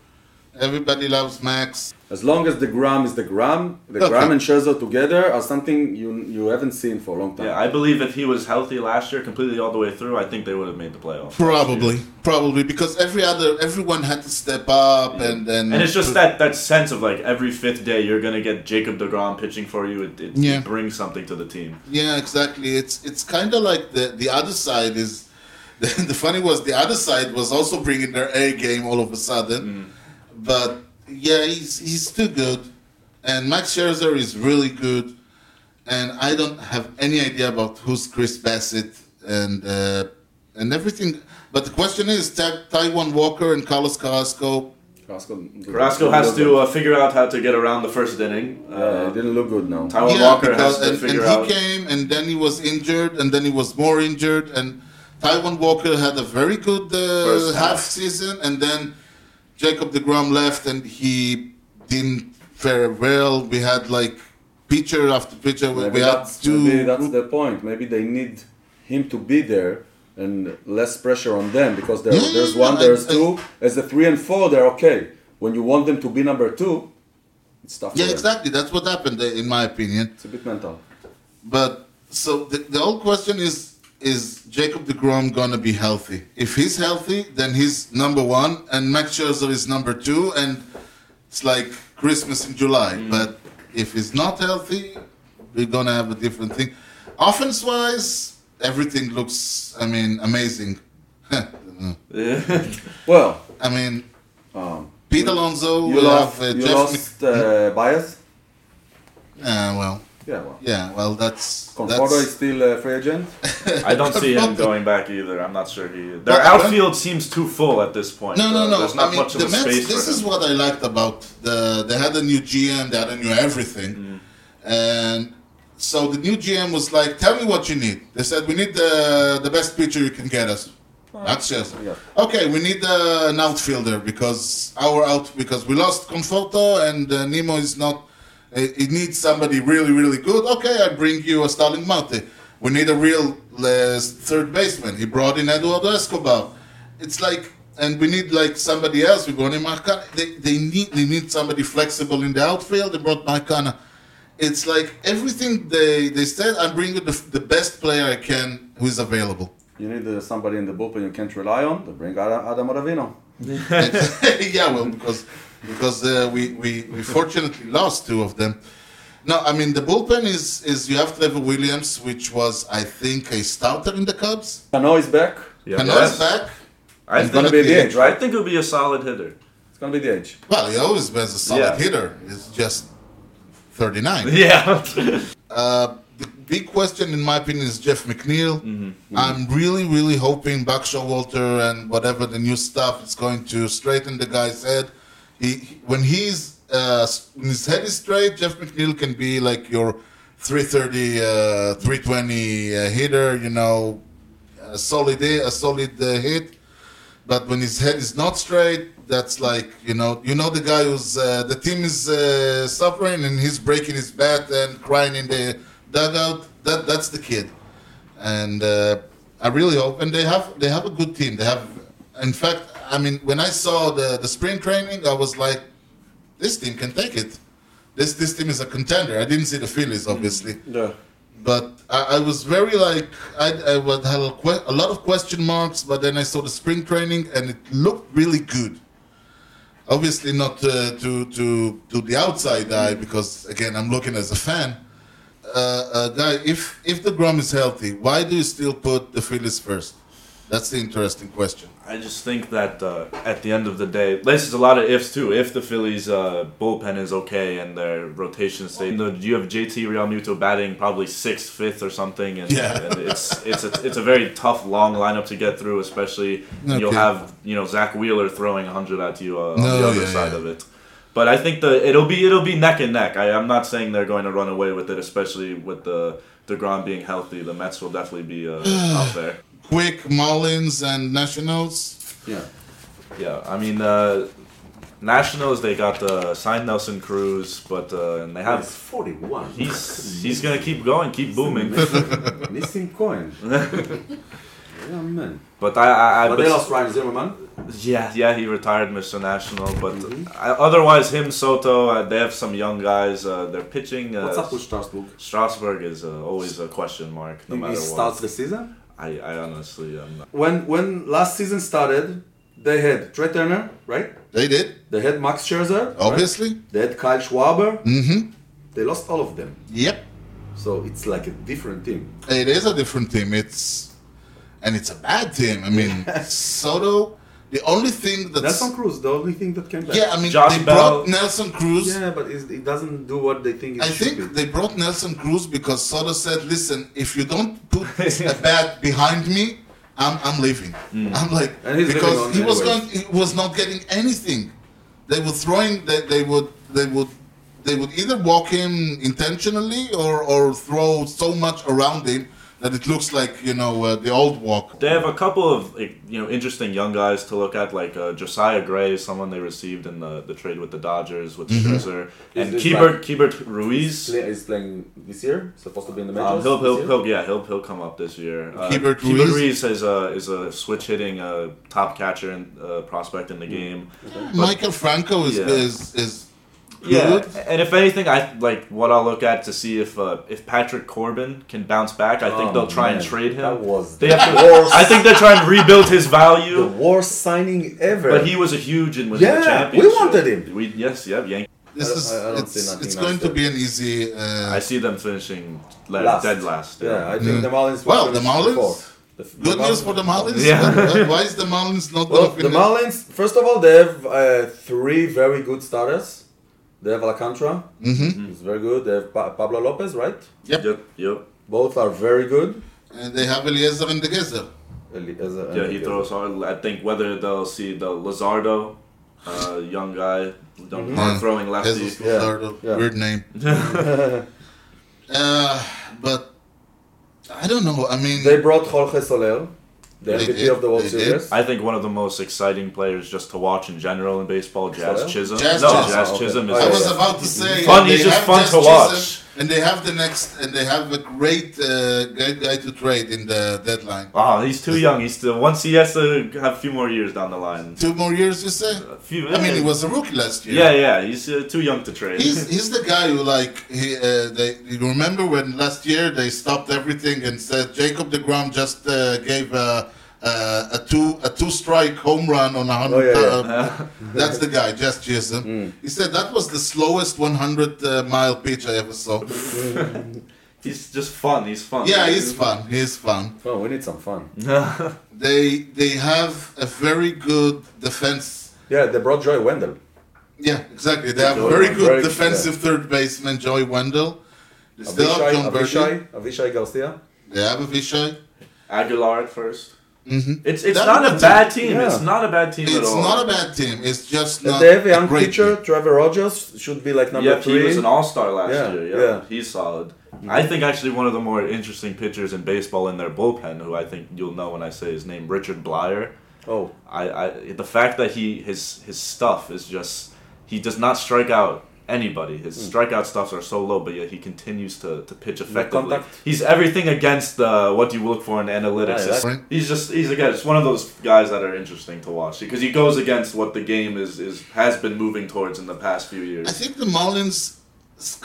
Speaker 3: everybody loves Max.
Speaker 4: As long as the gram is the gram, the
Speaker 3: Okay.
Speaker 4: gram and Scherzer together are something you you haven't seen for a long time.
Speaker 1: Yeah, I believe if he was healthy last year, completely all the way through, I think they would have made the playoffs.
Speaker 3: Probably, probably because every other everyone had to step up and and
Speaker 1: And it's just that, that sense of like every fifth day you're gonna get Jacob Degrom pitching for you. It, it,
Speaker 3: Yeah.
Speaker 1: it brings something to the team.
Speaker 3: yeah, exactly. It's it's kind of like the the other side is [LAUGHS] the, the funny was the other side was also bringing their A game all of a sudden, but yeah, he's he's too good, and Max Scherzer is really good, and I don't have any idea about who's Chris Bassett and uh, and everything. But the question is, Ty- Taiwan Walker and Carlos Carrasco.
Speaker 4: Carrasco,
Speaker 1: Carrasco has to uh, figure out how to get around the first inning.
Speaker 4: Uh, it
Speaker 1: Uh,
Speaker 4: didn't look good now.
Speaker 1: Taiwan
Speaker 3: yeah,
Speaker 1: Walker
Speaker 3: because
Speaker 1: has to
Speaker 3: and, and
Speaker 1: figure
Speaker 3: he [LAUGHS]
Speaker 1: out.
Speaker 3: came and then he was injured and then he was more injured and Taiwan Walker had a very good uh,
Speaker 1: First half.
Speaker 3: half season and then Jacob Degrom left and he didn't fare well. We had like pitcher after pitcher. We,
Speaker 4: Maybe
Speaker 3: we had
Speaker 4: that's,
Speaker 3: two.
Speaker 4: maybe that's the point. Maybe they need him to be there and less pressure on them because there,
Speaker 3: Yeah,
Speaker 4: there's
Speaker 3: yeah,
Speaker 4: one,
Speaker 3: yeah,
Speaker 4: there's
Speaker 3: I- I-
Speaker 4: two. As the three and four, they're okay. When you want them to be number two, it's tough. for
Speaker 3: yeah,
Speaker 4: them.
Speaker 3: exactly. That's what happened uh, in my opinion.
Speaker 4: It's a bit mental.
Speaker 3: But so the, the whole question is is Jacob DeGrom gonna be healthy? If he's healthy, then he's number one, and Max Scherzer is number two, and it's like Christmas in July.
Speaker 4: Mm.
Speaker 3: But if he's not healthy, we're gonna have a different thing. Offense wise, everything looks, I mean, amazing. [LAUGHS] I
Speaker 4: Well,
Speaker 3: mean,
Speaker 4: um,
Speaker 3: Pete Alonso,
Speaker 4: you
Speaker 3: we
Speaker 4: lost,
Speaker 3: have uh,
Speaker 4: you
Speaker 3: Jeff.
Speaker 4: lost uh, bias.
Speaker 3: Mc- uh, well,
Speaker 4: Yeah, well.
Speaker 3: yeah, well, that's
Speaker 4: Conforto is
Speaker 3: that's
Speaker 4: still a free agent.
Speaker 1: [LAUGHS] I don't see him
Speaker 3: Conforto.
Speaker 1: going back either. I'm not sure he. Their
Speaker 3: But-
Speaker 1: outfield seems too full at this point.
Speaker 3: No, no,
Speaker 1: Uh,
Speaker 3: no.
Speaker 1: There's not
Speaker 3: I mean,
Speaker 1: much of
Speaker 3: the
Speaker 1: a
Speaker 3: Mets,
Speaker 1: space
Speaker 3: this
Speaker 1: for
Speaker 3: is
Speaker 1: him.
Speaker 3: what I liked about the. They had a new GM. They had a new everything,
Speaker 1: Mm.
Speaker 3: and so the new GM was like, "Tell me what you need." They said, "We need the the best pitcher you can get us." That's just
Speaker 4: yeah.
Speaker 3: okay. We need uh, an outfielder because our out because we lost Conforto and uh, Nemo is not. It, it needs somebody really, really good. Okay, I bring you a Starling Marte. We need a real uh, third baseman. He brought in Eduardo Escobar. It's like, and we need like somebody else. We brought in Marcana. They, they need they need somebody flexible in the outfield. They brought Marcana. It's like everything they they said. I bring you the, the best player I can who is available. [LAUGHS]
Speaker 4: You need uh, somebody in the bullpen you can't rely on. They bring Adam, Adam Ottavino.
Speaker 3: yeah, well, because because uh, we, we we fortunately lost two of them. No, I mean the bullpen is is you have Trevor Williams, which was I think a starter in the Cubs.
Speaker 4: Cano is back.
Speaker 1: Yeah,
Speaker 3: And now
Speaker 1: that's-
Speaker 3: he's back.
Speaker 1: I
Speaker 3: He's
Speaker 1: think,
Speaker 3: gonna
Speaker 4: Gonna be
Speaker 3: Yeah.
Speaker 4: the edge,
Speaker 1: I
Speaker 4: right?
Speaker 1: think it would be a solid hitter.
Speaker 4: It's gonna be the edge.
Speaker 3: Well, he always was a solid
Speaker 1: Yeah.
Speaker 3: hitter. He's just thirty nine.
Speaker 1: Yeah. [LAUGHS]
Speaker 3: Uh, the big question, in my opinion, is Jeff McNeil. I'm really, really hoping Buckshaw Walter and whatever the new stuff is going to straighten the guy's head. He, he- when he's uh, s- when his head is straight, Jeff McNeil can be like your 330, uh, 320 uh, hitter. You know, a solid a solid uh, hit. But when his head is not straight, that's like you know you know the guy who's uh, the team is uh, suffering and he's breaking his bat and crying in the dugout. That that's the kid, and uh, I really hope. And they have they have a good team. They have, in fact, I mean when I saw the the spring training, I was like, this team can take it. This this team is a contender. I didn't see the Phillies obviously
Speaker 4: Yeah.
Speaker 3: but I, I was very like I, I was, had a, que- a lot of question marks. But then I saw the spring training and it looked really good. Obviously not uh, to to to the outside eye because again I'm looking as a fan. Uh, uh, guy, if if the Grom is healthy, why do you still put the Phillies first? That's the interesting question.
Speaker 1: I just think that uh, at the end of the day, this is a lot of ifs too. If the Phillies' uh, bullpen is okay and their rotation stay, you, know, you have JT Realmuto batting probably sixth, fifth, or something, and,
Speaker 3: Yeah.
Speaker 1: and it's it's a, it's a very tough long lineup to get through. Especially you'll
Speaker 3: Okay.
Speaker 1: have you know Zach Wheeler throwing hundred at you uh, on
Speaker 3: No,
Speaker 1: the other
Speaker 3: yeah,
Speaker 1: side
Speaker 3: yeah.
Speaker 1: of it. But I think the it'll be it'll be neck and neck. I, I'm not saying they're going to run away with it, especially with the Degrom being healthy. The Mets will definitely be uh,
Speaker 3: [SIGHS]
Speaker 1: out there.
Speaker 3: Quick Marlins and Nationals.
Speaker 4: Yeah.
Speaker 1: Yeah, I mean, uh, Nationals they got uh, signed Nelson Cruz, but uh, and they
Speaker 7: That's
Speaker 1: have
Speaker 4: [LAUGHS]
Speaker 7: 41.
Speaker 1: he's he's gonna keep going, keep booming.
Speaker 4: Missing coin. yeah, man.
Speaker 1: But I I, I
Speaker 7: But they lost Ryan Zimmerman.
Speaker 1: Yeah, yeah, he retired Mr. National, but
Speaker 7: Mm-hmm.
Speaker 1: uh, otherwise him, Soto, uh, they have some young guys. Uh, they're pitching. Uh,
Speaker 7: What's up with Strasbourg?
Speaker 1: Strasburg is uh, always a question mark, no
Speaker 7: He
Speaker 1: matter
Speaker 7: starts
Speaker 1: what.
Speaker 7: the season?
Speaker 1: I, I honestly, I'm not.
Speaker 4: When when last season started, they had Trey Turner, right?
Speaker 3: They did,
Speaker 4: They had Max Scherzer.
Speaker 3: obviously.
Speaker 4: They had Kyle Schwarber.
Speaker 3: Oh. Mm-hmm.
Speaker 4: They lost all of them.
Speaker 3: Yep.
Speaker 4: So it's like a different team.
Speaker 3: It is a different team. It's and it's a bad team. I
Speaker 4: [LAUGHS]
Speaker 3: mean, Soto. The only thing that's
Speaker 4: Nelson Cruz, the only thing that came back.
Speaker 3: yeah, I mean,
Speaker 1: Josh
Speaker 3: they
Speaker 1: Bell.
Speaker 3: brought Nelson Cruz.
Speaker 4: Yeah, but it's, it doesn't do what they think it
Speaker 3: I
Speaker 4: should
Speaker 3: think
Speaker 4: be.
Speaker 3: they brought Nelson Cruz because Soto said, "Listen, if you don't put [LAUGHS] a bat behind me, I'm I'm leaving."
Speaker 4: Hmm.
Speaker 3: I'm like
Speaker 4: And he's leaving on
Speaker 3: because he was
Speaker 4: anyway.
Speaker 3: going, he was not getting anything. They were throwing that they, would they would they would either walk him intentionally or or throw so much around him that it looks like you know uh, the old walk.
Speaker 1: They have a couple of like, you know interesting young guys to look at, like uh, Josiah Gray, is someone they received in the, the trade with the Dodgers with
Speaker 4: Mm-hmm.
Speaker 1: Scherzer, and
Speaker 7: this
Speaker 1: Kiebert Kiebert Ruiz.
Speaker 7: Play- He's playing this year, supposed to be in the
Speaker 1: Um,
Speaker 7: majors.
Speaker 1: he'll,
Speaker 7: this
Speaker 1: he'll,
Speaker 7: year.
Speaker 1: he'll, yeah, he'll, he'll come up this year. Uh,
Speaker 3: Kiebert
Speaker 1: Kiebert
Speaker 3: Ruiz?
Speaker 1: Ruiz is a, is a switch hitting uh, top catcher and uh, prospect
Speaker 4: Mm.
Speaker 1: in the game.
Speaker 3: Michael Franco is
Speaker 1: Yeah.
Speaker 3: is, is
Speaker 1: Yeah,
Speaker 3: good.
Speaker 1: and if anything, I like what I'll look at to see if uh, if Patrick Corbin can bounce back. I think
Speaker 4: Oh,
Speaker 1: they'll try and
Speaker 4: man,
Speaker 1: trade him.
Speaker 4: That was
Speaker 1: they
Speaker 4: the
Speaker 1: have to,
Speaker 4: worst.
Speaker 1: I think they're trying to rebuild his
Speaker 4: the
Speaker 1: value,
Speaker 4: worst signing ever.
Speaker 1: but he was a huge in winning
Speaker 4: Yeah,
Speaker 1: the
Speaker 4: we
Speaker 1: championship.
Speaker 4: wanted him.
Speaker 1: We yes, yep. Yankees.
Speaker 3: This
Speaker 4: I don't-
Speaker 3: is
Speaker 4: I- I don't see
Speaker 3: it's,
Speaker 4: nothing
Speaker 3: it's
Speaker 4: nice
Speaker 3: going to
Speaker 4: there.
Speaker 3: be an easy. Uh,
Speaker 1: I see them finishing la-
Speaker 4: Last.
Speaker 1: dead last.
Speaker 4: yeah, I think the Marlins. will
Speaker 3: Hmm. Well, the
Speaker 4: finish
Speaker 3: Marlins?
Speaker 4: fourth. The f-
Speaker 3: good news for the Marlins.
Speaker 1: Yeah.
Speaker 3: [LAUGHS] Why- Why is the Marlins not
Speaker 4: Well,
Speaker 3: going to
Speaker 4: the Marlins. First of all, they have uh, three very good starters. They have Alcantara,
Speaker 1: Hmm.
Speaker 4: mm-hmm. who's very good. They have pa- Pablo Lopez, right?
Speaker 3: Yep.
Speaker 1: Yep. Yep.
Speaker 4: Both are very good.
Speaker 3: And they have Eliezer and the Gezer.
Speaker 4: Eli- as a-
Speaker 1: Yeah, he throws hard. I think whether they'll see the Lazardo, uh, young guy, don't
Speaker 4: Mm-hmm.
Speaker 1: hard throwing lefty.
Speaker 3: Jesus
Speaker 4: Yeah,
Speaker 3: Luzardo.
Speaker 4: yeah.
Speaker 3: Weird
Speaker 4: [LAUGHS]
Speaker 3: name. uh, but I don't know. I mean,
Speaker 4: They brought Jorge Soler, the
Speaker 3: They
Speaker 4: MVP
Speaker 3: did,
Speaker 4: of the World
Speaker 3: they did.
Speaker 4: Series.
Speaker 1: I think one of the most exciting players just to watch in general in baseball, Jazz
Speaker 4: Soler?
Speaker 1: Chisholm.
Speaker 3: Jazz
Speaker 1: no,
Speaker 3: Chisholm.
Speaker 1: Jazz
Speaker 4: Oh, okay.
Speaker 1: Chisholm is.
Speaker 4: Oh,
Speaker 3: I
Speaker 4: yeah,
Speaker 3: was
Speaker 4: yeah.
Speaker 3: about to say
Speaker 1: Fun,
Speaker 3: they
Speaker 1: he's just
Speaker 3: have
Speaker 1: fun
Speaker 3: Jazz
Speaker 1: to watch.
Speaker 3: Chisholm, and they have the next, and they have a great, uh, great guy to trade in the deadline.
Speaker 4: Uh,
Speaker 1: Oh, he's too young. He's still once he has to have a few more years down the line.
Speaker 3: Two more years, you say?
Speaker 1: A few, eh,
Speaker 3: I mean, he was a rookie last year.
Speaker 1: Yeah, yeah, he's uh, too young to trade.
Speaker 3: He's, he's the guy who like he uh, they you remember when last year they stopped everything and said Jacob Degrom just uh, gave a, a a two a two strike home run on a hundred.
Speaker 4: Oh, yeah, Mm.
Speaker 3: uh, that's the guy, just Chisholm. He said that was the slowest one hundred uh, mile pitch I ever saw.
Speaker 1: [LAUGHS] he's just fun. He's fun.
Speaker 3: yeah, he's fun. He's fun.
Speaker 4: Oh, we need some fun.
Speaker 3: They they have a very good defense.
Speaker 4: Yeah, they brought Joy Wendell.
Speaker 3: Yeah, exactly. They have
Speaker 4: Joey
Speaker 3: very
Speaker 4: Wendell.
Speaker 3: good
Speaker 4: Very good,
Speaker 3: defensive third baseman Joey Wendell. They still have
Speaker 4: Avishai,
Speaker 3: John Birdie.
Speaker 4: Avishai, Avishai Garcia.
Speaker 3: They have Avishai.
Speaker 1: Aguilar at 1st Mm-hmm. It's it's
Speaker 3: That
Speaker 1: not a
Speaker 3: was-
Speaker 1: bad team.
Speaker 4: yeah.
Speaker 1: It's not a bad team at
Speaker 3: It's
Speaker 1: all.
Speaker 3: not a bad team. It's just not
Speaker 4: they have a young
Speaker 3: great
Speaker 4: pitcher,
Speaker 3: team.
Speaker 4: Trevor Rogers, should be like number
Speaker 1: Yep,
Speaker 4: three.
Speaker 1: he was an all star last
Speaker 4: Yeah,
Speaker 1: year. Yeah,
Speaker 4: yeah.
Speaker 1: he's solid. I think actually one of the more interesting pitchers in baseball in their bullpen, who I think you'll know when I say his name, Richard Blyer.
Speaker 4: oh,
Speaker 1: I, I the fact that he his his stuff is just he does not strike out anybody. His
Speaker 3: Hmm.
Speaker 1: strikeout stuffs are so low, but yet he continues to, to pitch effectively.
Speaker 4: contact.
Speaker 1: He's everything against the what you look for in analytics.
Speaker 4: Yeah,
Speaker 1: It's-
Speaker 3: that's-
Speaker 1: he's just he's again it's one of those guys that are interesting to watch because he goes against what the game is, is has been moving towards in the past few years.
Speaker 3: I think the Marlins,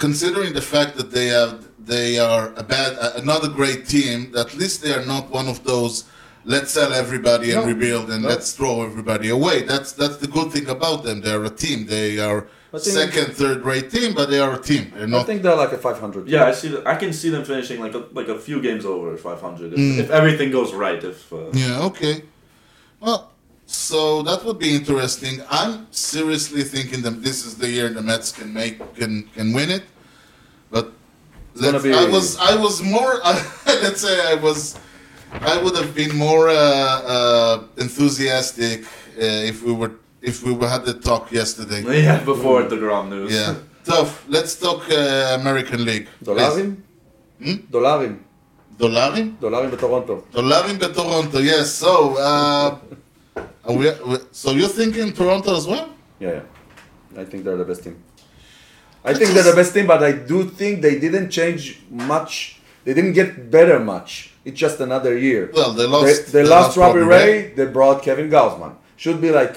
Speaker 3: considering the fact that they have they are a bad uh, another great team, at least they are not one of those. Let's sell everybody and rebuild, and let's throw everybody away. That's that's the good thing about them. They are a team. They are
Speaker 4: think-
Speaker 3: second, third rate team, but they are a team. They're
Speaker 4: I
Speaker 3: not.
Speaker 4: think they're like a 500.
Speaker 1: Yeah, I see. That, I can see them finishing like a, like a few games over five hundred if,
Speaker 3: Hmm.
Speaker 1: if everything goes right. If
Speaker 3: [LAUGHS]
Speaker 1: uh, [LAUGHS]
Speaker 3: Yeah. Okay. Well, so that would be interesting. I'm seriously thinking that this is the year the Mets can make can can win it, but
Speaker 4: gonna
Speaker 3: let's-
Speaker 4: be-
Speaker 3: I was I was more [LAUGHS] let's say I was I would have been more uh, uh, enthusiastic uh, if we were if we were, had the talk yesterday.
Speaker 1: yeah, before the Grom news.
Speaker 3: Hmm. Yeah. Tough. Let's talk uh, American League.
Speaker 4: Dolarim?
Speaker 3: Hmm?
Speaker 4: Dolarim.
Speaker 3: Dolarim.
Speaker 4: Dolarim בטורונטו.
Speaker 3: Dolarim Toronto. Yes. So. Uh, are we, so you're thinking Toronto as well?
Speaker 4: Yeah, yeah. I think they're the best team. I think they're the best team, but I do think they didn't change much. They didn't get better much. It's just another year.
Speaker 3: Well, they
Speaker 4: They,
Speaker 3: lost.
Speaker 4: they lost Robbie Ray. They brought Kevin Gausman. should be like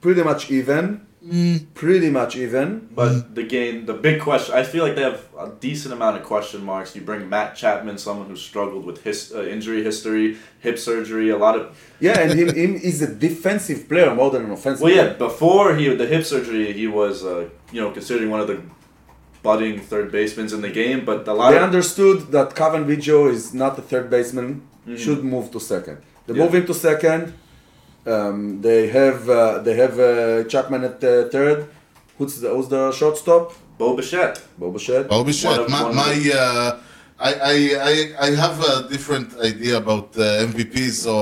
Speaker 4: pretty much even.
Speaker 3: Hmm.
Speaker 4: Pretty much even.
Speaker 1: But the game, the big question, I feel like they have a decent amount of question marks. You bring Matt Chapman, someone who struggled with his, uh, injury history, hip surgery, a lot of.
Speaker 4: Yeah, and him, him is a defensive player more than an offensive
Speaker 1: Well, yeah,
Speaker 4: player.
Speaker 1: before he the hip surgery, he was, uh, you know, considered one of the budding third basemen in the game, but a lot
Speaker 4: They
Speaker 1: of.
Speaker 4: understood that Kavan Vigio is not a third baseman, should move to second. They
Speaker 1: Mm-hmm. Yeah.
Speaker 4: move him to second. Um, they have uh, they have uh, Chapman at uh, third. Who's the, who's the shortstop?
Speaker 1: Bo Bichette.
Speaker 4: Bobachet.
Speaker 3: Oh, be
Speaker 1: One
Speaker 3: shit.
Speaker 1: of-
Speaker 3: My,
Speaker 1: one
Speaker 3: my
Speaker 1: of-
Speaker 3: uh, I, I, I, I have a different idea about uh, MVPs. So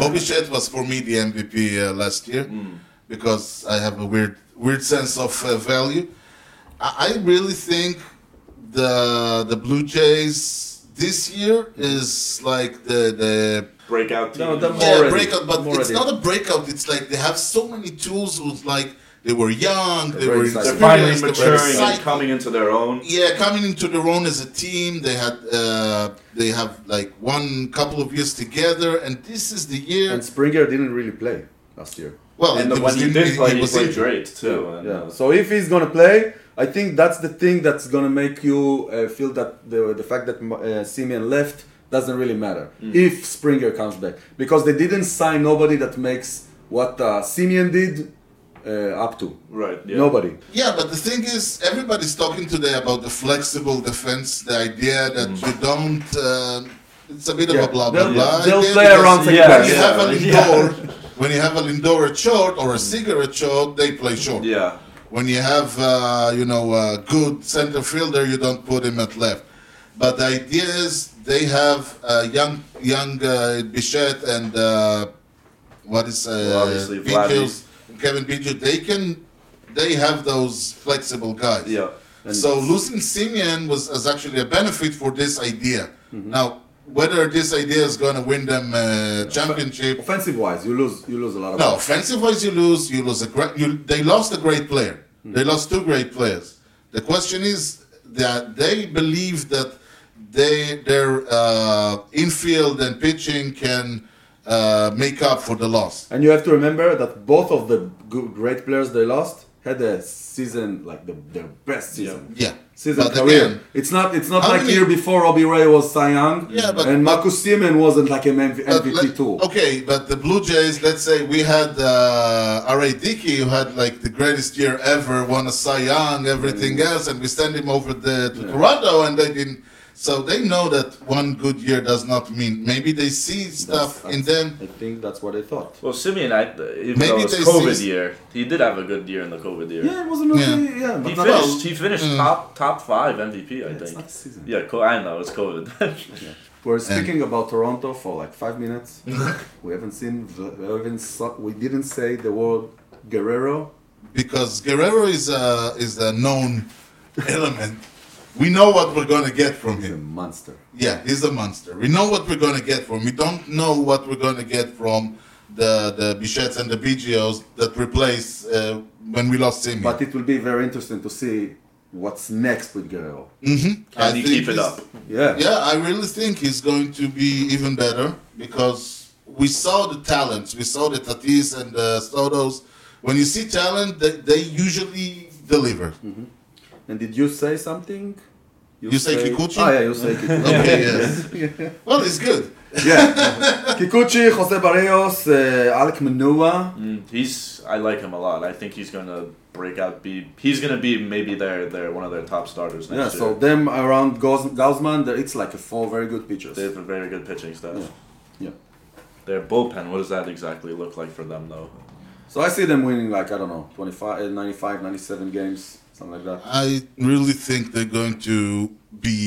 Speaker 3: Bobby Shett was for me the MVP uh, last year
Speaker 1: Hmm.
Speaker 3: because I have a weird, weird sense of uh, value. I, I really think the the Blue Jays this year is like the the
Speaker 1: Breakout team.
Speaker 4: No, the more-
Speaker 3: yeah,
Speaker 4: Already.
Speaker 3: breakout, but
Speaker 4: Already.
Speaker 3: it's not a breakout. It's like they have so many tools. Who's like they were young, they
Speaker 4: They're
Speaker 3: were
Speaker 4: very
Speaker 1: They're finally
Speaker 3: experienced, they were
Speaker 1: maturing and
Speaker 3: excited.
Speaker 1: coming into their own.
Speaker 3: Yeah, coming into their own as a team. They had uh, they have like one couple of years together, and this is the year.
Speaker 4: And Springer didn't really play last year.
Speaker 3: well,
Speaker 1: And the,
Speaker 3: it
Speaker 1: when
Speaker 3: was
Speaker 1: he
Speaker 3: in-
Speaker 1: did
Speaker 3: it
Speaker 1: play, he
Speaker 3: was
Speaker 1: played
Speaker 3: in-
Speaker 1: great, too. and,
Speaker 4: Yeah.
Speaker 1: uh,
Speaker 4: So if he's gonna play, I think that's the thing that's gonna make you uh, feel that the the fact that uh, Simeon left doesn't really matter
Speaker 1: Mm.
Speaker 4: if Springer comes back because they didn't sign nobody that makes what uh, Simeon did uh, up to.
Speaker 1: Right, yeah.
Speaker 4: Nobody.
Speaker 3: Yeah, but the thing is, everybody's talking today about the flexible defense, the idea that you don't. Uh, it's a bit
Speaker 4: Yeah.
Speaker 3: of a blah blah
Speaker 4: They'll-
Speaker 3: blah.
Speaker 4: they'll
Speaker 3: idea
Speaker 4: play
Speaker 3: because
Speaker 4: around
Speaker 3: When
Speaker 1: Yeah,
Speaker 3: you
Speaker 1: yeah,
Speaker 3: have
Speaker 4: [LAUGHS]
Speaker 3: a
Speaker 1: yeah.
Speaker 3: Lindor, when you have a Lindor at short or
Speaker 4: Mm.
Speaker 3: a cigarette short, they play short.
Speaker 1: Yeah.
Speaker 3: When you have, uh, you know, a good center fielder, you don't put him at left. But the idea is they have uh, young, young uh, Bichette and uh, what is uh,
Speaker 1: Well, obviously,
Speaker 3: Vigils, Kevin Vigil. They can, they have those flexible guys.
Speaker 1: Yeah.
Speaker 3: so losing Simeon was is actually a benefit for this idea.
Speaker 1: Mm-hmm.
Speaker 3: Now, whether this idea is going to win them uh, championship,
Speaker 4: Offensive wise, you lose you lose a lot of.
Speaker 3: no, offensive wise, you lose. You lose a great. You, they lost a great player.
Speaker 4: Hmm.
Speaker 3: They lost two great players. The question is that they believe that they their uh, infield and pitching can uh, make up for the loss.
Speaker 4: And you have to remember that both of the good, great players they lost had a season like the, their best season.
Speaker 3: Yeah,
Speaker 4: season
Speaker 3: but
Speaker 4: career.
Speaker 3: again,
Speaker 4: it's not it's not
Speaker 3: How
Speaker 4: like
Speaker 3: many-
Speaker 4: year before Robbie Ray was Cy Young
Speaker 3: Yeah, but-
Speaker 4: and Marcus Simon wasn't like an MV,
Speaker 3: but
Speaker 4: MVP
Speaker 3: let-
Speaker 4: too.
Speaker 3: okay, but the Blue Jays. Let's say we had uh, R.A. Dickey, who had like the greatest year ever, won a Cy Young, everything else, and we send him over the, to Toronto, and they didn't. So they know that one good year does not mean. Maybe they see stuff in them.
Speaker 4: I think that's what I thought.
Speaker 1: Well, Simeon, I, even
Speaker 3: Maybe
Speaker 1: though it's
Speaker 3: they
Speaker 1: COVID
Speaker 3: see-
Speaker 1: year, he did have a good year in the COVID year.
Speaker 4: Yeah, it wasn't really
Speaker 3: Yeah.
Speaker 4: yeah, but
Speaker 1: He
Speaker 4: not
Speaker 1: finished. He finished
Speaker 3: Mm.
Speaker 1: top top five MVP. I
Speaker 4: it's
Speaker 1: think.
Speaker 4: not a season.
Speaker 1: Yeah, co- I know it's COVID. [LAUGHS]
Speaker 4: We're speaking about Toronto for like five
Speaker 3: [LAUGHS]
Speaker 4: minutes. we haven't seen the- we haven't saw, we didn't say the word Guerrero.
Speaker 3: because Guerrero is a is a known element. We know what we're gonna get from
Speaker 4: He's a
Speaker 3: him.
Speaker 4: monster.
Speaker 3: Yeah, he's a monster. We know what we're gonna get from. him. We don't know what we're gonna get from the the Bichettes and the BGOs that replace uh, when we lost Simeon.
Speaker 4: But it will be very interesting to see what's next with Guerrero.
Speaker 1: Can he
Speaker 3: think
Speaker 1: keep it
Speaker 3: he's-
Speaker 1: up?
Speaker 4: Yeah.
Speaker 3: Yeah, I really think he's going to be even better because we saw the talents. We saw the Tatis and the Sotos. When you see talent, they, they usually deliver.
Speaker 1: Hmm.
Speaker 4: And did you say something?
Speaker 3: You say Kikuchi?
Speaker 4: Oh yeah, you say
Speaker 3: [LAUGHS]
Speaker 4: Kikuchi.
Speaker 3: Okay, yes. Well, it's good.
Speaker 4: [LAUGHS] yeah. Kikuchi, Jose Barrios, uh, Alec Manoa.
Speaker 1: Mm, He's. I like him a lot. I think he's gonna break out. Be he's gonna be maybe their their one of their top starters
Speaker 4: Yeah,
Speaker 1: next
Speaker 4: so
Speaker 1: year.
Speaker 4: them around Gaus- Gausman, there- it's like a four very good pitchers.
Speaker 1: They have a very good pitching staff.
Speaker 4: Yeah.
Speaker 1: Their bullpen. What does that exactly look like for them though?
Speaker 4: So I see them winning like, I don't know, 25, eh, 95, 97 games, something like that.
Speaker 3: I really think they're going to be.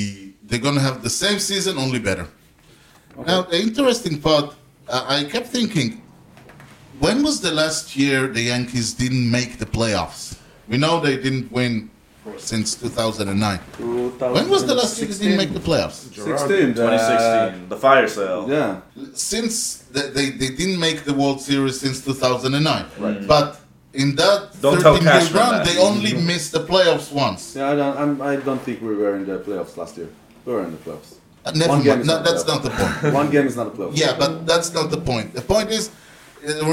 Speaker 3: They're going to have the same season, only better. Now, the interesting part, uh, I I kept thinking, when was the last year the Yankees didn't make the playoffs? We know they didn't win since 2009. When was the last year they didn't make the playoffs?
Speaker 4: 16,
Speaker 1: Twenty
Speaker 4: uh,
Speaker 1: sixteen. the fire sale.
Speaker 4: Yeah.
Speaker 3: Since they, they, they didn't make the World Series since 2009. But in that
Speaker 1: Don't tell
Speaker 3: 13 year
Speaker 1: Cashman
Speaker 3: run,
Speaker 1: that.
Speaker 3: they only missed the playoffs once.
Speaker 4: Yeah, I don't, I'm, I don't think we were in the playoffs last year. We were in the playoffs.
Speaker 3: Uh, Never
Speaker 4: One game
Speaker 3: mind.
Speaker 4: is
Speaker 3: No,
Speaker 4: not
Speaker 3: that's
Speaker 4: playoff.
Speaker 3: not
Speaker 4: [LAUGHS]
Speaker 3: the point.
Speaker 4: One game is not a playoff.
Speaker 3: Yeah, but that's not the point. The point is,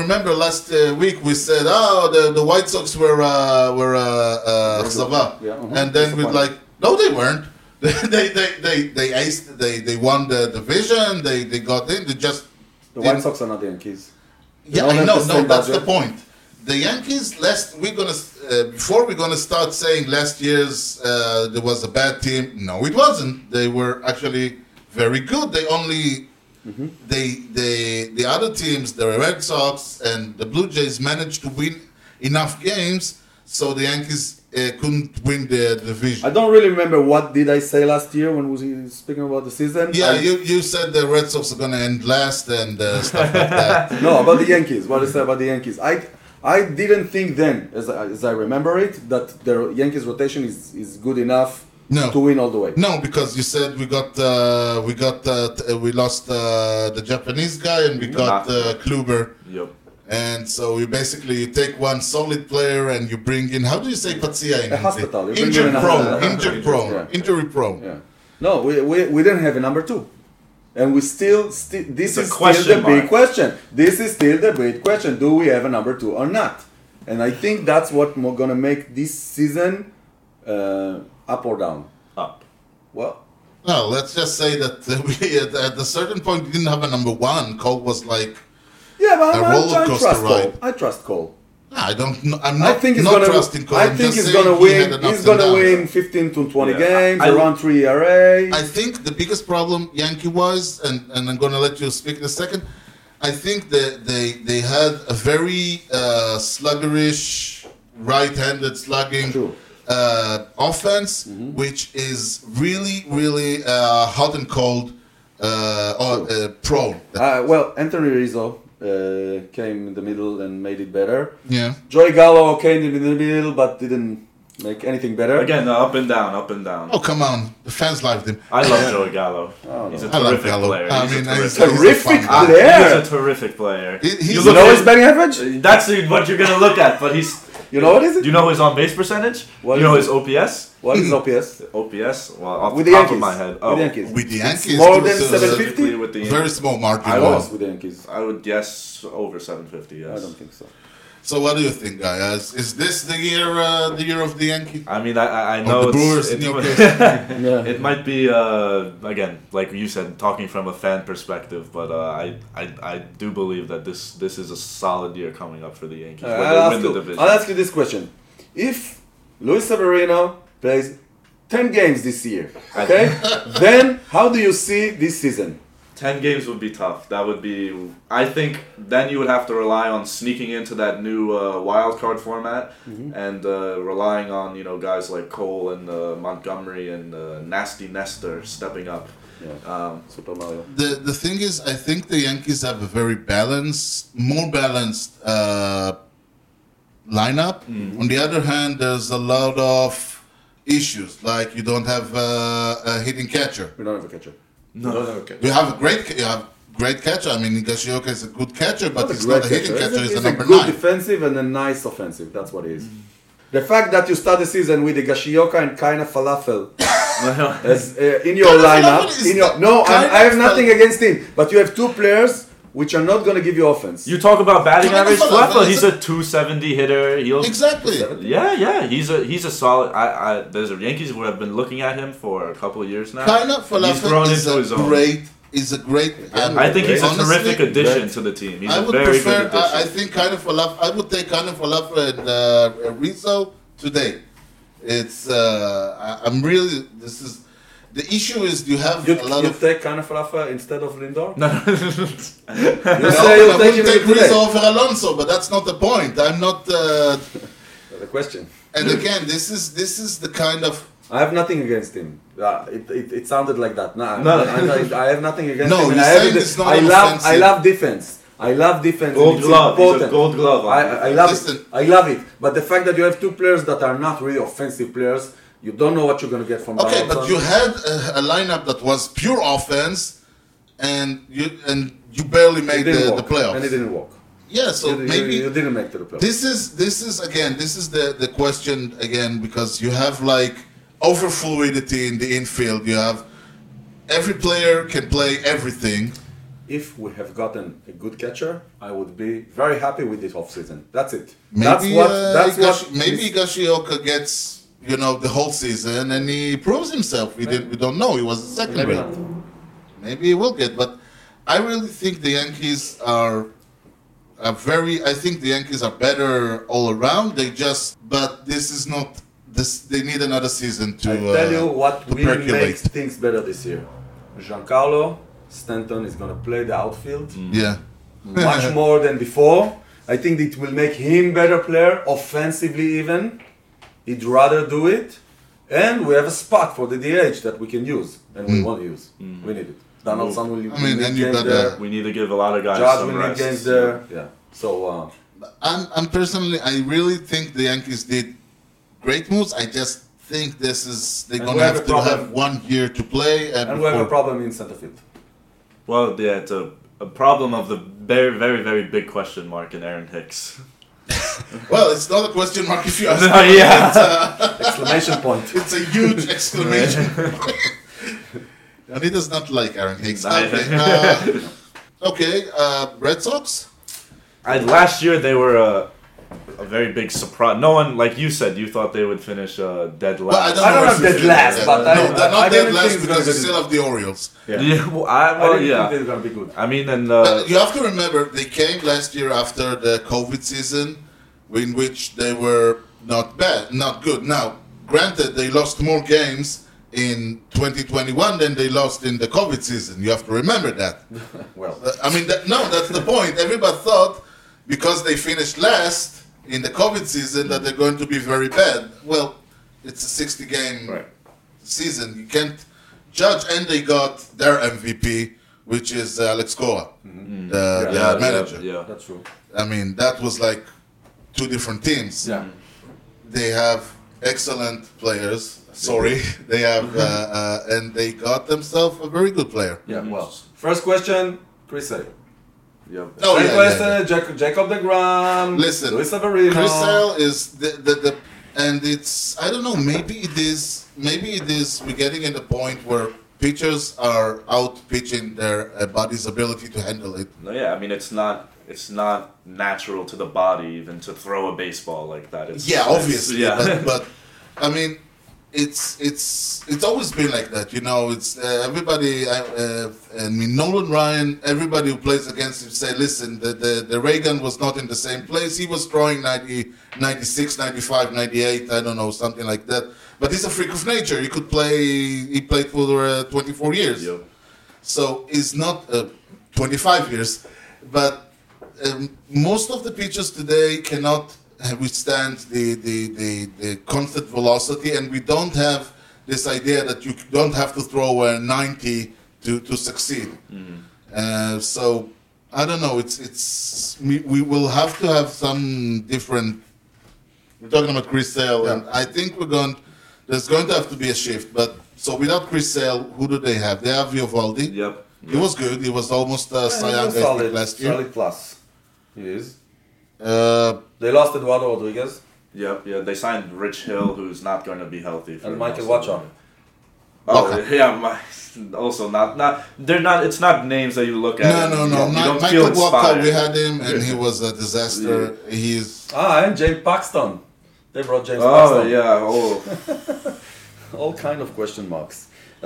Speaker 3: remember last uh, week we said, oh, the, the White Sox were uh, were uh, uh, Sava,
Speaker 4: Yeah, uh-huh.
Speaker 3: and then we're
Speaker 4: Disappointed.
Speaker 3: like, no, they weren't. [LAUGHS] they, they, they, they aced, they, they won the division. They, they got in. They just
Speaker 4: The White Sox are not the Yankees.
Speaker 3: yeah,
Speaker 4: don't
Speaker 3: I
Speaker 4: have
Speaker 3: know.
Speaker 4: the
Speaker 3: No,
Speaker 4: same
Speaker 3: that's the
Speaker 4: budget.
Speaker 3: point. The Yankees last we're gonna uh, before we're gonna start saying last year's uh, there was a bad team. No, it wasn't. They were actually very good. They only
Speaker 4: Mm-hmm.
Speaker 3: they they the other teams, the Red Sox and the Blue Jays, managed to win enough games so the Yankees uh, couldn't win the
Speaker 4: I
Speaker 3: division.
Speaker 4: don't really remember what did I say last year when was he speaking about the season.
Speaker 3: Yeah,
Speaker 4: I-
Speaker 3: you, you said the Red Sox are gonna end last and uh, stuff like that.
Speaker 4: no, about the Yankees. What I said about the Yankees. I I didn't think then, as I, as I remember it, that the Yankees rotation is, is good enough
Speaker 3: No.
Speaker 4: to win all the way.
Speaker 3: No, because you said we got uh, we got uh, t- uh, we lost uh, the Japanese guy and we got uh, Kluber,
Speaker 1: Yep.
Speaker 3: and so you basically you take one solid player and you bring in how do you say Patsia in
Speaker 4: A
Speaker 3: English?
Speaker 4: hospital, you bring
Speaker 3: Injury
Speaker 4: in a
Speaker 3: prone,
Speaker 4: hospital.
Speaker 3: injury prone,
Speaker 4: Yeah.
Speaker 3: injury prone.
Speaker 4: Yeah. No, we, we, we didn't have a number two. And we still, still this
Speaker 1: a
Speaker 4: is
Speaker 1: question
Speaker 4: still the
Speaker 1: mark.
Speaker 4: big question. This is still the big question. Do we have a number two or not? And I think that's what mo- gonna make this season uh, up or down.
Speaker 1: Up.
Speaker 4: Well,
Speaker 3: Well, let's just say that uh, [LAUGHS] we at, at a certain point we didn't have a number one. Cole was like,
Speaker 4: yeah, but
Speaker 3: A
Speaker 4: I'm, I'm,
Speaker 3: roller
Speaker 4: I
Speaker 3: coaster
Speaker 4: trust Cole.
Speaker 3: ride.
Speaker 4: I trust Cole.
Speaker 3: "Ah, I don't, know. I'm
Speaker 4: I
Speaker 3: not,
Speaker 4: think he's
Speaker 3: not
Speaker 4: gonna.
Speaker 3: trusting Cole.
Speaker 4: I
Speaker 3: I'm
Speaker 4: think
Speaker 3: just
Speaker 4: he's
Speaker 3: saying
Speaker 4: gonna
Speaker 3: he
Speaker 4: win.
Speaker 3: had an
Speaker 4: He's
Speaker 3: ups and
Speaker 4: gonna
Speaker 3: downs.
Speaker 4: win 15 to 20
Speaker 1: Yeah.
Speaker 4: games,
Speaker 1: I-
Speaker 4: around three E ERA.
Speaker 3: I think the biggest problem Yankee wise, and, and I'm going to let you speak in a second. I think that they they had a very uh, sluggerish right-handed slugging
Speaker 4: True. Mm-hmm.
Speaker 3: uh, offense, which is really really uh, hot and cold uh, or, uh, prone.
Speaker 4: Uh, well, Anthony Rizzo uh, came in the middle and made it better.
Speaker 3: yeah,
Speaker 4: Joey Gallo came in the middle but didn't make anything better.
Speaker 1: Again, uh, up and down, up and down.
Speaker 3: oh come on, the fans loved him.
Speaker 1: I love Joey Gallo. He's a
Speaker 3: Oh, I love
Speaker 1: terrific
Speaker 3: Gallo.
Speaker 1: player.
Speaker 3: I
Speaker 1: He's
Speaker 3: mean,
Speaker 1: a
Speaker 3: he's,
Speaker 1: terrific,
Speaker 3: he's a
Speaker 4: Terrific
Speaker 3: fun guy.
Speaker 4: player.
Speaker 1: he's a terrific player.
Speaker 3: He- he's-
Speaker 1: You
Speaker 4: You
Speaker 1: look
Speaker 4: know
Speaker 1: at-
Speaker 4: his batting average?
Speaker 1: That's what you're gonna look at, but he's.
Speaker 4: You know what is it?
Speaker 1: You know his on base percentage.
Speaker 4: What
Speaker 1: you know
Speaker 4: is
Speaker 1: his OPS.
Speaker 4: What is OPS?
Speaker 1: OPS. Well, off
Speaker 4: With
Speaker 1: the
Speaker 4: the
Speaker 1: top of
Speaker 4: Yankees.
Speaker 1: my head.
Speaker 4: With
Speaker 1: Oh,
Speaker 4: the Yankees.
Speaker 3: With the Yankees,
Speaker 4: more
Speaker 3: it was a
Speaker 4: than 750?
Speaker 1: specifically with the
Speaker 3: Very small margin.
Speaker 4: I
Speaker 3: win.
Speaker 4: lost with the Yankees.
Speaker 1: I would guess over 750. Yes.
Speaker 4: I don't think so.
Speaker 3: So what do you think, guys? Is this the year uh, the year of the Yankees?
Speaker 1: I mean, I- I, I
Speaker 3: Of
Speaker 1: know
Speaker 3: the Brewers
Speaker 1: it's,
Speaker 3: in
Speaker 1: [LAUGHS]
Speaker 3: your
Speaker 1: it,
Speaker 4: Yeah.
Speaker 1: it might be uh, again, like you said, talking from a fan perspective, but uh, I, I I do believe that this this is a solid year coming up for the Yankees.
Speaker 4: Uh,
Speaker 1: where they
Speaker 4: I'll,
Speaker 1: win
Speaker 4: ask
Speaker 1: the
Speaker 4: you,
Speaker 1: division.
Speaker 4: I'll ask you this question. If Luis Severino plays 10 games this year,
Speaker 1: [LAUGHS]
Speaker 4: okay, then how do you see this season?
Speaker 1: Ten games would be tough. That would be. I think then you would have to rely on sneaking into that new uh, wild card format and uh, relying on you know guys like Cole and uh, Montgomery and uh, Nasty Nestor stepping up. Um,
Speaker 4: Super Mario.
Speaker 3: the the thing is, I think the Yankees have a very balanced, more balanced uh, lineup. On the other hand, there's a lot of issues, like you don't have uh, a hitting catcher.
Speaker 4: We don't have a catcher.
Speaker 1: [LAUGHS]
Speaker 3: You have a great, ca- you have great catcher. I mean, Nigashioka is a good catcher, but he's
Speaker 4: great
Speaker 3: not a hitting catcher.
Speaker 4: He's
Speaker 3: He's
Speaker 4: a-
Speaker 3: a
Speaker 4: he's a
Speaker 3: number
Speaker 4: good
Speaker 3: nine.
Speaker 4: defensive and a nice offensive. That's what he is. The fact that you start the season with a Gashioka and kind of falafel as, uh, in your
Speaker 3: Kind of
Speaker 4: lineup,
Speaker 3: Falafel is
Speaker 4: in your no, I,
Speaker 3: kind
Speaker 4: I have
Speaker 3: of
Speaker 4: nothing
Speaker 3: Falafel.
Speaker 4: against him, but you have two players which are not going to give you offense.
Speaker 1: you talk about batting
Speaker 3: Kind of
Speaker 1: average.
Speaker 3: a-
Speaker 1: Fleffel, he's
Speaker 3: it's
Speaker 1: a two seventy hitter. He'll
Speaker 3: Exactly.
Speaker 1: Yeah, yeah, he's a he's a solid. I, I there's a Yankees who have been looking at him for a couple of years now.
Speaker 3: Kind of
Speaker 1: he's grown
Speaker 3: falafel is
Speaker 1: into
Speaker 3: a
Speaker 1: his own.
Speaker 3: great, is a great. and
Speaker 1: I think he's a
Speaker 3: honestly,
Speaker 1: terrific addition to the team. He's
Speaker 3: I
Speaker 1: a
Speaker 3: would
Speaker 1: very good
Speaker 3: prefer.
Speaker 1: addition.
Speaker 3: I, I think kind of falafel. I would take kind of falafel and uh, Rizzo today. It's. Uh, I, I'm really. This is. The issue is you have
Speaker 4: You,
Speaker 3: a lot
Speaker 4: you
Speaker 3: of.
Speaker 4: take kind of falafel instead of Lindor?
Speaker 1: [LAUGHS] No.
Speaker 4: You
Speaker 3: No,
Speaker 4: say
Speaker 3: I
Speaker 4: you'll take him
Speaker 3: wouldn't take
Speaker 4: today.
Speaker 3: Rizzo over Alonso, but that's not the point. I'm not. Uh,
Speaker 4: The question.
Speaker 3: and again, this is this is the kind of.
Speaker 4: I have nothing against him. Uh, it, it, it sounded like that. Nah,
Speaker 1: No.
Speaker 4: I, I, I have nothing against
Speaker 3: No,
Speaker 4: him. and
Speaker 3: he's
Speaker 4: I, have
Speaker 3: saying
Speaker 4: it-
Speaker 3: it's not
Speaker 4: I love I
Speaker 3: offensive.
Speaker 4: love defense. I love defense. and
Speaker 1: Gold
Speaker 4: it's
Speaker 1: glove. He's a
Speaker 4: Important.
Speaker 1: gold glove on
Speaker 4: I, I love
Speaker 3: Listen.
Speaker 4: it. I love it. But the fact that you have two players that are not really offensive players, you don't know what you're gonna get from.
Speaker 3: Okay, but
Speaker 4: Donaldson.
Speaker 3: you had a, a lineup that was pure offense, and you and you barely
Speaker 4: It
Speaker 3: made
Speaker 4: didn't
Speaker 3: the, the
Speaker 4: work, and it
Speaker 3: playoffs.
Speaker 4: didn't work.
Speaker 3: Yeah, so
Speaker 4: you, you-
Speaker 3: maybe
Speaker 4: you didn't make to the playoffs.
Speaker 3: This is this is again this is the the question again because you have like over fluidity in the infield. You have every player can play everything,
Speaker 4: if we have gotten a good catcher, I would be very happy with this offseason. That's it. that's
Speaker 3: Maybe
Speaker 4: what.
Speaker 3: uh,
Speaker 4: that's
Speaker 3: Higashi-
Speaker 4: what.
Speaker 3: maybe Higashioka gets you know the whole season and he proves himself. We did we don't know. He was the second
Speaker 4: Maybe
Speaker 3: maybe
Speaker 4: not.
Speaker 3: Maybe he will get, but I really think the Yankees are a very. I think the Yankees are better all around. They just but this is not this. They need another season to.
Speaker 4: I tell you
Speaker 3: uh,
Speaker 4: what
Speaker 3: to
Speaker 4: will make things better this year. Giancarlo Stanton is going to play the outfield
Speaker 3: Yeah. Mm.
Speaker 4: [LAUGHS] much more than before. I think it will make him better player, offensively even. He'd rather do it. And we have a spot for the DH that we can use, and we want to use.
Speaker 1: Mm.
Speaker 4: We need it. Donaldson will.
Speaker 3: Mm. I mean,
Speaker 4: will
Speaker 3: and you
Speaker 4: gain
Speaker 3: got
Speaker 4: the-
Speaker 3: the-
Speaker 1: We need to give a lot of guys
Speaker 4: Judge
Speaker 1: some
Speaker 4: will need
Speaker 1: rest.
Speaker 4: games there. Yeah. So uh,
Speaker 3: I'm, I'm personally, I really think the Yankees did great moves. I just think this is they're
Speaker 4: And
Speaker 3: gonna
Speaker 4: we have
Speaker 3: have
Speaker 4: a
Speaker 3: to
Speaker 4: problem.
Speaker 3: have one year to play. And,
Speaker 4: and we have a
Speaker 3: before-
Speaker 4: problem in center field.
Speaker 1: Well, yeah, it's a, a problem of the very, very, very big question mark in Aaron Hicks. [LAUGHS]
Speaker 3: Well, it's not a question mark if you ask.
Speaker 4: [LAUGHS]
Speaker 1: No,
Speaker 3: me.
Speaker 1: yeah.
Speaker 3: It's, uh,
Speaker 4: Exclamation point.
Speaker 3: it's a huge exclamation. [LAUGHS] and he does not like Aaron Hicks. Okay, uh, okay uh, Red Sox.
Speaker 1: I, last year they were a, a very big surprise. No one, like you said, you thought they would finish uh, dead last.
Speaker 4: I don't know if
Speaker 3: if
Speaker 4: they're last, but I-
Speaker 3: no, they're not
Speaker 4: I
Speaker 3: dead
Speaker 4: really
Speaker 3: last
Speaker 4: think
Speaker 3: because you
Speaker 4: they're
Speaker 3: still have the Orioles.
Speaker 1: Yeah, [LAUGHS] well, I,
Speaker 4: I
Speaker 1: well,
Speaker 4: didn't
Speaker 1: [LAUGHS] yeah.
Speaker 4: think they're gonna be good.
Speaker 1: I mean, and
Speaker 3: Uh,
Speaker 1: uh,
Speaker 3: you have to remember they came last year after the COVID season, in which they were not bad, not good. Now, granted, they lost more games in 2021 than they lost in the COVID season. You have to remember that.
Speaker 4: Well,
Speaker 3: Uh, I mean, that, no, that's the point. Everybody thought because they finished last in the COVID season that they're going to be very bad. Well, it's a 60 game
Speaker 1: Right.
Speaker 3: season. You can't judge. And they got their MVP, which is uh, Alex Cora, the, the
Speaker 1: Mm-hmm. yeah,
Speaker 3: manager.
Speaker 1: Yeah,
Speaker 4: that's true.
Speaker 3: I mean, that was like two different teams.
Speaker 4: Yeah.
Speaker 3: They have excellent players. Sorry, [LAUGHS] they have, uh, uh, and they got themselves a very good player.
Speaker 4: Yeah.
Speaker 1: Mhm.
Speaker 4: Well, first question, Chris Sale.
Speaker 1: yeah.
Speaker 3: Oh,
Speaker 4: Second
Speaker 3: yeah, yeah,
Speaker 4: question,
Speaker 3: yeah.
Speaker 4: Jac- Jacob DeGrom.
Speaker 3: Listen,
Speaker 4: Luis Severino.
Speaker 3: Chris Sale is the, the the and it's I don't know maybe it is maybe it is we're getting in the point where pitchers are out pitching their uh, body's ability to handle it.
Speaker 1: No, yeah. I mean, it's not it's not natural to the body even to throw a baseball like that. It's,
Speaker 3: Yeah,
Speaker 1: it's-
Speaker 3: obviously.
Speaker 1: yeah.
Speaker 3: But, but I mean, it's it's it's always been like that. You know, it's uh, everybody. I, uh, I mean, Nolan Ryan. Everybody who plays against him say, listen, the, the the Reagan was not in the same place. He was throwing 90, 96, 95, 98, I don't know, something like that. But he's a freak of nature. He could play. He played for uh, twenty four years
Speaker 1: Yeah.
Speaker 3: so it's not uh, 25 years, but um, most of the pitchers today cannot withstand the, the, the, the constant velocity, and we don't have this idea that you don't have to throw a 90 to, to succeed. Uh, so I don't know. It's it's we, we will have to have some different. We're talking about Chris Sale, and I think we're going. There's going to have to be a shift, but so without Chris Sale, who do they have? They have Yovaldi.
Speaker 1: [LAUGHS] Yep.
Speaker 3: He was good. He was almost uh, Cy Young I
Speaker 4: Solid,
Speaker 3: think,
Speaker 4: Eh, solid,
Speaker 3: last year.
Speaker 4: solid plus. It is.
Speaker 3: Uh,
Speaker 4: They lost Eduardo Rodriguez
Speaker 1: Yep. Yeah. They signed Rich Hill, who's not going to be healthy. For
Speaker 4: and
Speaker 1: the
Speaker 4: Michael
Speaker 1: most of
Speaker 4: Watcher.
Speaker 1: it. Oh yeah, my, also not not they're not. It's not names that you look at.
Speaker 3: no,
Speaker 1: and
Speaker 3: no,
Speaker 1: you
Speaker 3: no.
Speaker 1: don't- You
Speaker 3: Mi-
Speaker 1: don't feel
Speaker 3: Michael Walker,
Speaker 1: inspired.
Speaker 3: we had him, and he was a disaster. He's
Speaker 4: Ah, and James Paxton. They brought James
Speaker 1: Oh
Speaker 4: Paxton.
Speaker 1: yeah. Oh
Speaker 4: All kind of question marks.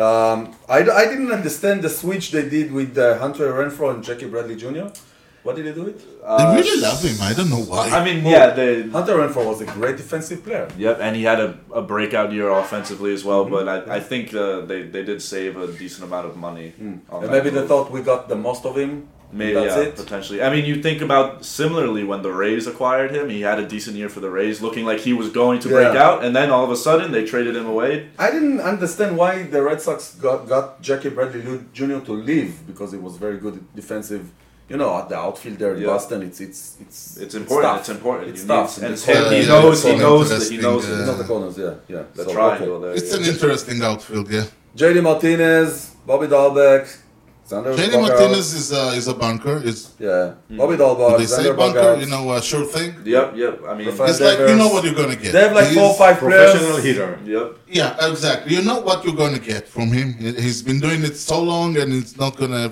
Speaker 4: Um, I, d- I didn't understand the switch they did with uh, Hunter Renfro and Jackie Bradley Jr. What did they do it?
Speaker 3: they really love him. I don't know why.
Speaker 1: I mean, yeah. They,
Speaker 4: Hunter Renfro was a great defensive player.
Speaker 1: Yep, and he had a, a breakout year offensively as well,
Speaker 4: Mm-hmm.
Speaker 1: but I, I think uh, they, they did save a decent amount of money. on
Speaker 4: Mm. And
Speaker 1: that
Speaker 4: maybe they
Speaker 1: move.
Speaker 4: thought we got the most of him.
Speaker 1: Maybe,
Speaker 4: That's
Speaker 1: yeah,
Speaker 4: it.
Speaker 1: potentially. I mean, you think about similarly when the Rays acquired him, he had a decent year for the Rays, looking like he was going to break
Speaker 4: Yeah.
Speaker 1: out, and then all of a sudden they traded him away.
Speaker 4: I didn't understand why the Red Sox got, got Jackie Bradley Lu- Jr. to leave because he was very good defensive. You know, at the outfield there in
Speaker 1: Yeah.
Speaker 4: Boston, it's it's it's
Speaker 1: It's important.
Speaker 4: tough.
Speaker 1: It's important.
Speaker 4: It's
Speaker 1: You
Speaker 4: tough.
Speaker 1: need- and
Speaker 4: it's
Speaker 1: he
Speaker 4: hard.
Speaker 3: Yeah,
Speaker 1: he
Speaker 3: yeah,
Speaker 1: knows.
Speaker 3: it's
Speaker 1: He
Speaker 3: an
Speaker 1: knows that he
Speaker 3: interesting,
Speaker 1: knows
Speaker 3: uh,
Speaker 1: it.
Speaker 4: Not the corners, yeah, yeah.
Speaker 1: the
Speaker 4: So,
Speaker 1: triangle there.
Speaker 3: it's
Speaker 1: yeah.
Speaker 3: an interesting outfield, yeah.
Speaker 4: okay. JD Martinez, Bobby Dahlbeck, Xander.
Speaker 3: Jenny
Speaker 4: Bogaerts.
Speaker 3: Martinez is a, is a bunker. Is
Speaker 4: Yeah, Bobby
Speaker 3: do
Speaker 4: Dahlbeck,
Speaker 3: they say
Speaker 4: Xander
Speaker 3: bunker?
Speaker 4: Bogaerts.
Speaker 3: You know, a sure thing.
Speaker 1: Yep, yep. I mean,
Speaker 4: Rafael-
Speaker 3: It's like you know
Speaker 4: Devers.
Speaker 3: what you're gonna get.
Speaker 4: they have like four or
Speaker 3: He's-
Speaker 4: five
Speaker 5: Professional
Speaker 4: players.
Speaker 5: hitter.
Speaker 1: yep.
Speaker 3: Yeah, exactly. You know what you're gonna get from him. He- He's been doing it so long, and it's not gonna.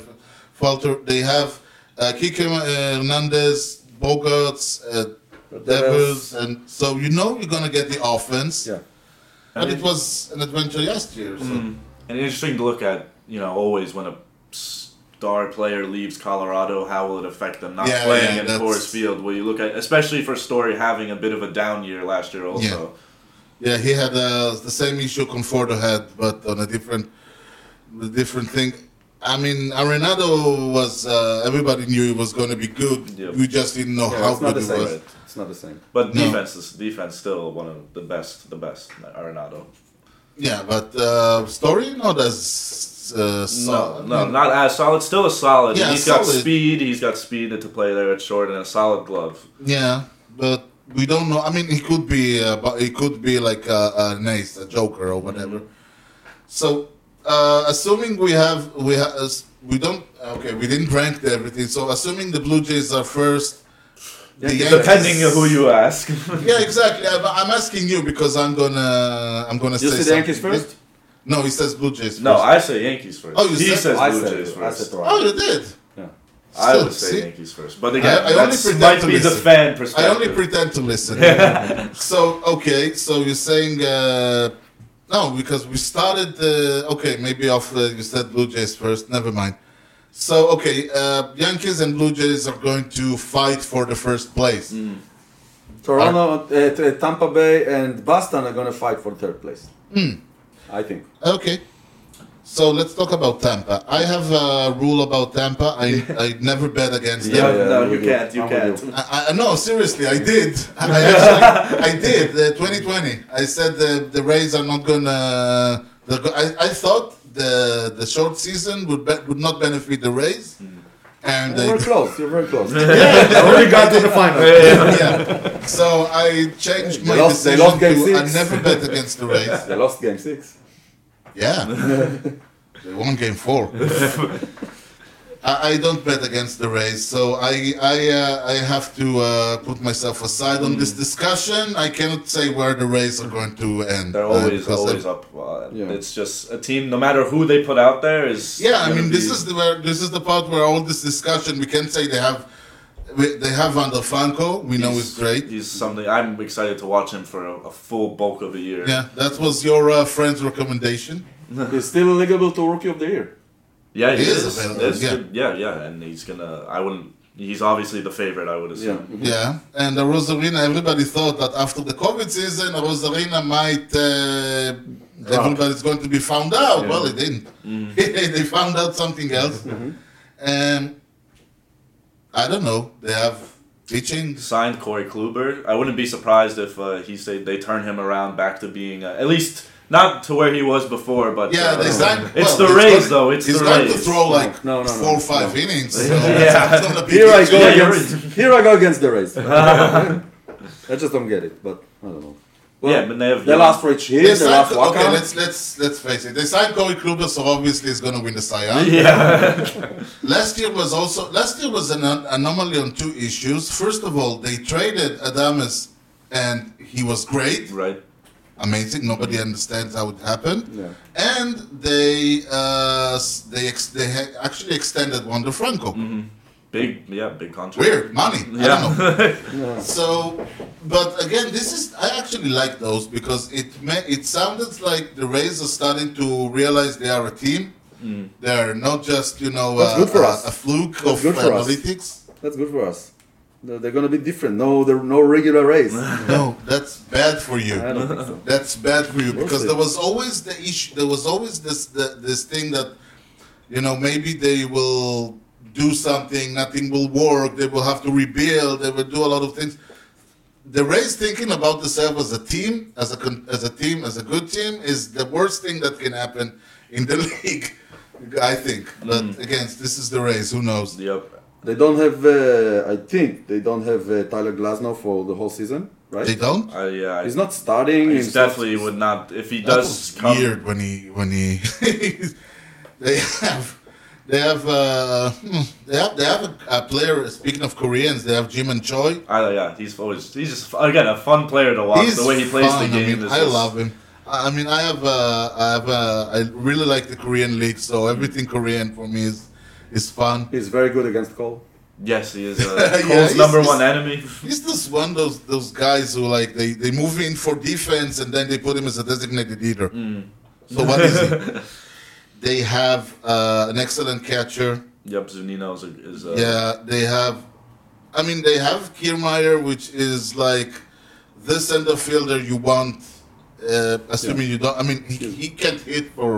Speaker 3: Falter. They have uh, Kike uh, Hernandez, Bogarts, uh, Devils, and so you know you're gonna get the offense.
Speaker 4: Yeah. Mm.
Speaker 3: But it was an adventure last year. So.
Speaker 1: and interesting to look at. You know, always when a star player leaves Colorado, how will it affect them not
Speaker 3: Yeah,
Speaker 1: playing
Speaker 3: yeah,
Speaker 1: in
Speaker 3: that's-
Speaker 1: Forest Field? Well, you look at, especially for Story having a bit of a down year last year, also.
Speaker 3: Yeah, he had uh, the same issue Conforto had, but on a different, a different thing. I mean, Arenado was uh, everybody knew he was going to be good.
Speaker 1: Yeah.
Speaker 3: We just didn't know
Speaker 4: Yeah,
Speaker 3: how
Speaker 4: it's not
Speaker 3: good
Speaker 4: the
Speaker 3: he was.
Speaker 4: same. It's not the same.
Speaker 1: But
Speaker 3: No.
Speaker 1: defense is defense still one of the best, the best. Arenado.
Speaker 3: Yeah, but uh, story not as uh,
Speaker 1: No,
Speaker 3: solid.
Speaker 1: no, not as solid. Still a solid.
Speaker 3: Yeah,
Speaker 1: he's got
Speaker 3: solid.
Speaker 1: speed. He's got speed to play there at short and a solid glove.
Speaker 3: Yeah, but we don't know. I mean, he could be, uh, but he could be like a, a Nace, a Joker, or whatever. So, uh, assuming we have, we ha- as- we don't. Okay, we didn't rank everything. So, assuming the Blue Jays are first, the Yankees-
Speaker 1: Depending on who you ask. [LAUGHS]
Speaker 3: Yeah, exactly. I, but I'm asking you because I'm gonna, I'm gonna
Speaker 4: You
Speaker 3: say
Speaker 4: see the Yankees
Speaker 3: something.
Speaker 4: first?
Speaker 3: No, he says Blue Jays.
Speaker 1: no,
Speaker 3: first.
Speaker 1: I say Yankees first.
Speaker 3: Oh, you
Speaker 1: he
Speaker 3: said-
Speaker 1: says
Speaker 4: I
Speaker 1: Blue
Speaker 4: said,
Speaker 1: Jays
Speaker 4: I
Speaker 1: first.
Speaker 4: said
Speaker 3: oh,
Speaker 4: Toronto.
Speaker 3: you did.
Speaker 4: Yeah.
Speaker 1: I
Speaker 3: Still,
Speaker 1: would say
Speaker 3: see?
Speaker 1: Yankees first, but again,
Speaker 3: I only
Speaker 1: that
Speaker 3: pretend
Speaker 1: might
Speaker 3: to
Speaker 1: be the
Speaker 3: listen.
Speaker 1: fan
Speaker 3: I
Speaker 1: perspective.
Speaker 3: only pretend to listen. so okay, so you're saying uh, no because we started. Uh, okay, maybe off. Uh, you said Blue Jays first. Never mind. So okay, uh, Yankees and Blue Jays are going to fight for the first place.
Speaker 4: Toronto, uh, t- uh, Tampa Bay, and Boston are going to fight for third place. I think.
Speaker 3: Okay. So let's talk about Tampa. I have a rule about Tampa. I, I never bet against
Speaker 1: yeah,
Speaker 3: them.
Speaker 1: no,
Speaker 4: I'm
Speaker 1: you
Speaker 4: with you.
Speaker 1: can't. You
Speaker 4: I'm with
Speaker 1: can't.
Speaker 4: you.
Speaker 3: I, I, no, seriously, I did. [LAUGHS]
Speaker 4: [LAUGHS]
Speaker 3: I actually, I did. Uh, 2020. I said the the Rays are not gonna. The, I, I thought the the short season would be, would not benefit the Rays,
Speaker 4: Hmm.
Speaker 3: and
Speaker 4: You're
Speaker 3: they,
Speaker 4: very close. You're very close.
Speaker 5: I already got to the final.
Speaker 3: [LAUGHS] yeah. So I changed my
Speaker 4: They lost- they
Speaker 3: decision
Speaker 4: lost game
Speaker 3: to I
Speaker 4: six.
Speaker 3: never bet against the Rays.
Speaker 4: They lost game six.
Speaker 1: [LAUGHS]
Speaker 3: Yeah. they won game four. I, I don't bet against the Rays, so I I uh, I have to uh, put myself aside on
Speaker 1: Hmm.
Speaker 3: this discussion. I cannot say where the Rays are going to end.
Speaker 1: They're
Speaker 3: uh,
Speaker 1: always
Speaker 3: because
Speaker 1: always
Speaker 3: I-
Speaker 1: up. Uh,
Speaker 4: Yeah.
Speaker 1: It's just a team. No matter who they put out there is.
Speaker 3: Yeah, I
Speaker 1: gonna
Speaker 3: mean this
Speaker 1: be-
Speaker 3: is the where, this is the part where all this discussion we can say they have we, they have Van der Franco. We know he's great.
Speaker 1: He's something I'm excited to watch him for a, a full bulk of a year.
Speaker 3: Yeah, that was your uh, friend's recommendation.
Speaker 4: He's still eligible to Rookie of the Year.
Speaker 1: yeah, he,
Speaker 3: He is
Speaker 1: is.
Speaker 3: available,
Speaker 1: That's
Speaker 3: yeah.
Speaker 1: good. yeah, yeah, and he's gonna. I wouldn't. He's obviously the favorite. I would
Speaker 4: Yeah.
Speaker 1: assume.
Speaker 3: Yeah, and the Rosarina, everybody thought that after the COVID season, the Rosarina might, uh, everybody's going to be found out. Well, they didn't.
Speaker 1: Mm.
Speaker 3: [LAUGHS] they found out something else.
Speaker 1: Mm-hmm.
Speaker 3: And I don't know, they have teaching.
Speaker 1: Signed Corey Kluber. I wouldn't be surprised if uh, he say they turn him around back to being uh, at least not to where he was before, but
Speaker 3: Yeah,
Speaker 1: uh,
Speaker 3: they signed.
Speaker 1: It's
Speaker 3: well,
Speaker 1: the Rays,
Speaker 3: going-
Speaker 1: though, it's
Speaker 3: he's
Speaker 1: the
Speaker 3: going
Speaker 1: [LAUGHS]
Speaker 3: to
Speaker 1: Rays.
Speaker 3: throw like
Speaker 4: no, no, no,
Speaker 3: four or five
Speaker 4: no.
Speaker 1: [LAUGHS]
Speaker 3: innings. So
Speaker 1: Yeah.
Speaker 3: it's
Speaker 1: [LAUGHS]
Speaker 3: gonna be
Speaker 4: Here I
Speaker 3: huge.
Speaker 4: go
Speaker 1: Yeah, you're
Speaker 4: against. Here I go against the Rays. [LAUGHS] I just don't get it, but I don't know. Well,
Speaker 1: Yeah, but they have-
Speaker 4: they last Rich here.
Speaker 3: They
Speaker 4: They last
Speaker 3: signed,
Speaker 4: Waka.
Speaker 3: okay, let's let's let's face it. They signed Corey Kluber, so obviously he's going to win the Cy Young. [LAUGHS]
Speaker 1: yeah.
Speaker 3: Last year was also last year was an an- anomaly on two issues. First of all, they traded Adamas, and he was great,
Speaker 1: right.
Speaker 3: amazing. Nobody understands how it happened.
Speaker 4: Yeah.
Speaker 3: And they uh, s- they ex- they ha- actually extended Wander Franco.
Speaker 4: Mm-hmm.
Speaker 1: Big, yeah, big contract.
Speaker 3: Weird money. I don't
Speaker 4: [LAUGHS]
Speaker 3: know.
Speaker 1: Yeah.
Speaker 3: So, but again, this is I actually like those because it may, it sounded like the Rays are starting to realize they are a team. They're not just you know
Speaker 4: Mm. That's
Speaker 3: uh,
Speaker 4: good for
Speaker 3: a,
Speaker 4: us.
Speaker 3: a fluke
Speaker 4: That's
Speaker 3: of
Speaker 4: good for us.
Speaker 3: analytics.
Speaker 4: That's good for us. They're, they're going to be different. No, they're no regular Rays. I
Speaker 3: No, that's bad for you.
Speaker 4: don't think so.
Speaker 3: That's bad for you because
Speaker 4: it?
Speaker 3: there was always the issue. There was always this the, this thing that, you know, maybe they will do something. Nothing will work. They will have to rebuild. They will do a lot of things. The Rays thinking about themselves as a team, as a con- as a team, as a good team, is the worst thing that can happen in the [LAUGHS] league. I think. But again, this is the Rays. Who knows?
Speaker 1: [LAUGHS] Yep.
Speaker 4: They don't have, uh, I think, they don't have uh, Tyler Glasnow for the whole season, right?
Speaker 3: They don't.
Speaker 1: I, yeah. I-
Speaker 4: He's not starting.
Speaker 1: He's
Speaker 4: not-
Speaker 1: definitely would not. If he
Speaker 3: That
Speaker 1: does
Speaker 3: was
Speaker 1: come,
Speaker 3: weird when he when he [LAUGHS] they have they have uh, hmm, they have they have a, a player. Speaking of Koreans, they have Jim and Choi.
Speaker 1: I, yeah, he's always he's just again a fun player to watch.
Speaker 3: He's
Speaker 1: the way he plays
Speaker 3: fun.
Speaker 1: the game
Speaker 3: I, mean,
Speaker 1: is.
Speaker 3: I
Speaker 1: just-
Speaker 3: love him. I I mean, I have uh, I have uh, I really like the Korean league, so everything Korean for me is It's fun.
Speaker 4: He's very good against Cole.
Speaker 1: Yes, he
Speaker 3: [LAUGHS]
Speaker 1: is uh,
Speaker 3: Yeah,
Speaker 1: Cole's
Speaker 3: he's-
Speaker 1: number
Speaker 3: he's-
Speaker 1: one enemy.
Speaker 3: He's just one of those those guys who like they, they move in for defense and then they put him as a designated hitter.
Speaker 1: Hmm.
Speaker 3: So what is
Speaker 1: [LAUGHS]
Speaker 3: it? they have uh, an excellent catcher.
Speaker 1: Yep, Zunino is. a- is uh,
Speaker 3: Yeah, they have. I mean, they have Kiermaier, which is like the center fielder you want. Uh, assuming you don't, I mean, he, he can't hit
Speaker 4: [LAUGHS]
Speaker 3: for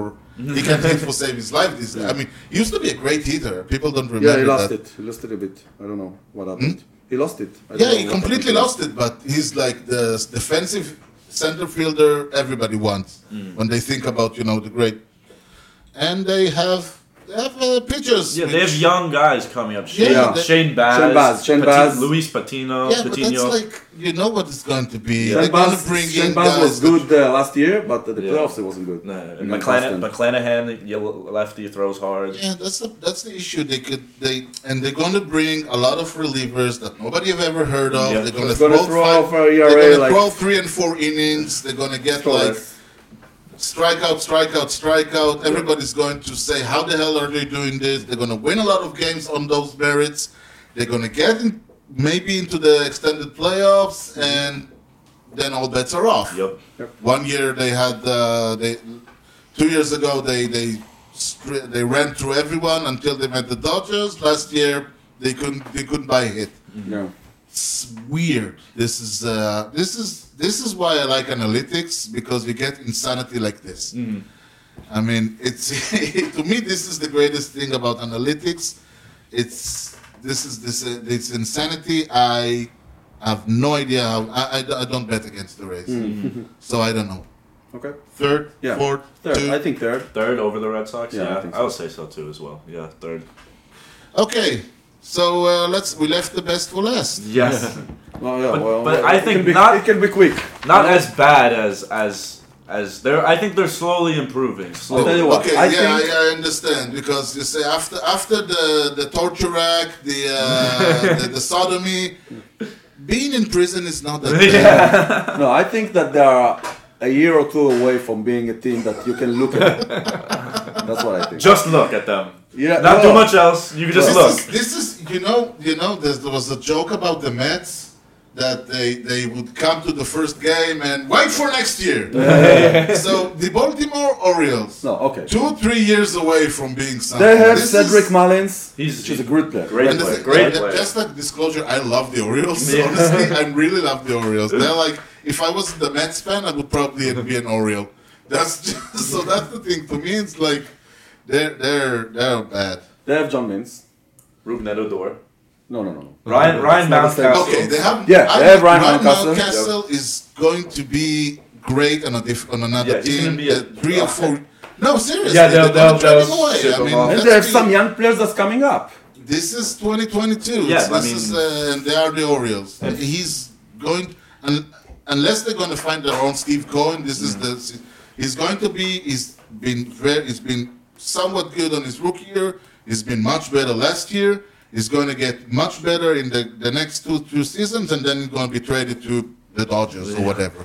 Speaker 3: he can't hit for save his life. This, I mean, he used to be a great hitter. People don't remember
Speaker 4: Yeah, he lost
Speaker 3: that. Hmm?
Speaker 4: it. He lost it a bit. I don't know what happened. He lost it. I don't
Speaker 3: Yeah,
Speaker 4: know
Speaker 3: he
Speaker 4: what
Speaker 3: completely
Speaker 4: happened.
Speaker 3: lost it, but he's like the s- defensive center fielder everybody wants
Speaker 4: Hmm.
Speaker 3: when they think about you know the great. And they have they have uh, pitchers.
Speaker 1: Yeah, they have
Speaker 3: which-
Speaker 1: young guys coming up. Shane,
Speaker 3: Yeah, they-
Speaker 1: Shane Baz,
Speaker 4: Shane Baz, Shane Baz.
Speaker 1: Luis Patino,
Speaker 3: Yeah, but that's
Speaker 1: Patino.
Speaker 3: like you know what it's going to be.
Speaker 4: Shane
Speaker 3: They're going
Speaker 4: Baz,
Speaker 3: to bring
Speaker 4: Shane
Speaker 3: in
Speaker 4: Baz was
Speaker 3: guys. that-
Speaker 4: good uh, last year, but at the
Speaker 1: Yeah.
Speaker 4: playoffs it wasn't good.
Speaker 1: No, and
Speaker 4: Against
Speaker 1: McClana-
Speaker 4: Boston.
Speaker 1: McClanahan, yellow lefty, throws hard.
Speaker 3: Yeah, that's the that's the issue. They could they and they're going to bring a lot of relievers that nobody have ever heard of.
Speaker 1: Yeah.
Speaker 3: They're going to
Speaker 4: It's gonna
Speaker 3: throw,
Speaker 4: throw
Speaker 3: five,
Speaker 4: off a ERA,
Speaker 3: they're going to
Speaker 4: like-
Speaker 3: throw three and four innings. They're going to get
Speaker 4: So
Speaker 3: like
Speaker 4: that's-
Speaker 3: strikeout, strikeout, strikeout. Everybody's going to say, "How the hell are they doing this?" They're going to win a lot of games on those merits. They're going to get in, maybe into the extended playoffs, and then all bets are off.
Speaker 1: Yep.
Speaker 3: One year they had uh, they two years ago they they str- they ran through everyone until they met the Dodgers. Last year they couldn't they couldn't buy a hit.
Speaker 4: yeah.
Speaker 3: It's weird. This is uh, this is this is why I like analytics because you get insanity like this. I mean, it's [LAUGHS] to me this is the greatest thing about analytics. It's this is this uh, this insanity. I have no idea how I, I, I don't bet against the Rays, so I don't know.
Speaker 4: Okay.
Speaker 3: Third,
Speaker 4: Yeah.
Speaker 3: fourth,
Speaker 4: Third.
Speaker 3: two.
Speaker 4: I think third.
Speaker 1: Third over the Red Sox?
Speaker 4: Yeah, I
Speaker 1: Yeah,
Speaker 4: think
Speaker 1: I,
Speaker 4: so.
Speaker 1: would say so too as well. Yeah,
Speaker 4: [LAUGHS]
Speaker 1: third.
Speaker 3: Okay, so uh, let's we left the best for last.
Speaker 1: Yes.
Speaker 4: No, yeah,
Speaker 1: But-
Speaker 4: well,
Speaker 1: but
Speaker 4: well,
Speaker 1: I
Speaker 4: it
Speaker 1: think
Speaker 4: can be,
Speaker 1: not-
Speaker 4: it can be quick.
Speaker 1: [LAUGHS] Not as bad as as as they're. I think they're slowly
Speaker 4: [LAUGHS]
Speaker 1: improving. [LAUGHS]
Speaker 4: I'll tell
Speaker 1: Slowly.
Speaker 4: you what.
Speaker 3: Okay,
Speaker 4: I
Speaker 3: yeah,
Speaker 4: think
Speaker 3: I, I understand because you say after after the the torture act, the
Speaker 4: [LAUGHS]
Speaker 3: uh, the, the sodomy, being in prison is not
Speaker 4: [LAUGHS]
Speaker 3: that bad.
Speaker 4: no, I think that they are a year or two away from being a team that you can look
Speaker 3: [LAUGHS]
Speaker 4: at. That's what I think.
Speaker 1: Just look at them.
Speaker 4: Yeah,
Speaker 1: Not
Speaker 4: no.
Speaker 1: do much else. You can just
Speaker 3: This
Speaker 1: look.
Speaker 3: is this is you know you know there's, there was a joke about the Mets that they they would come to the first game and wait for next
Speaker 4: [LAUGHS]
Speaker 3: year. so the Baltimore Orioles,
Speaker 4: No, okay.
Speaker 3: two three years away from being something.
Speaker 4: They have
Speaker 3: This
Speaker 4: Cedric
Speaker 3: is-
Speaker 4: Mullins,
Speaker 1: He's-
Speaker 4: which is a great player.
Speaker 1: great
Speaker 3: And the
Speaker 1: player.
Speaker 3: thing-
Speaker 1: Great
Speaker 3: uh,
Speaker 1: player.
Speaker 3: Just like disclosure, I love the Orioles.
Speaker 1: Yeah. [LAUGHS]
Speaker 3: Honestly, I really love the Orioles. They're like, if I was the Mets fan, I would
Speaker 1: [LAUGHS]
Speaker 3: probably be an Oriole. That's [LAUGHS] just, so. That's the thing. For me, it's like they're they're they're bad.
Speaker 4: They have John Means.
Speaker 1: Ruben Odor.
Speaker 4: No, no, no, no.
Speaker 1: Ryan Ryan
Speaker 4: Mm-hmm. That's not the
Speaker 1: Mountcastle.
Speaker 4: same.
Speaker 3: Okay, they have.
Speaker 4: Yeah,
Speaker 3: I
Speaker 4: they have
Speaker 3: think
Speaker 4: Ryan Mountcastle.
Speaker 3: Mountcastle is going to be great on a diff, on another
Speaker 1: Yeah, he's
Speaker 3: team.
Speaker 1: gonna be a-
Speaker 3: uh, three or four. No, seriously.
Speaker 1: Yeah, they'll-
Speaker 3: they're gonna
Speaker 1: they'll-
Speaker 3: trade him
Speaker 1: they'll
Speaker 3: away.
Speaker 1: ship
Speaker 3: I
Speaker 1: him
Speaker 3: mean,
Speaker 1: off.
Speaker 4: And
Speaker 3: let's
Speaker 4: they have
Speaker 3: be-
Speaker 4: some young players that's coming up.
Speaker 3: This is 2022.
Speaker 1: Yeah,
Speaker 3: It's-
Speaker 1: but I
Speaker 3: this is,
Speaker 1: mean-
Speaker 3: uh, and they are the Orioles. He's going, un, unless they're going to find their own Steve Cohen. This is
Speaker 1: Mm-hmm.
Speaker 3: the. He's going to be. He's been very. He's been somewhat good on his rookie year. He's been much better last year. He's going to get much better in the, the next two two seasons, and then he's going to be traded to the Dodgers or whatever.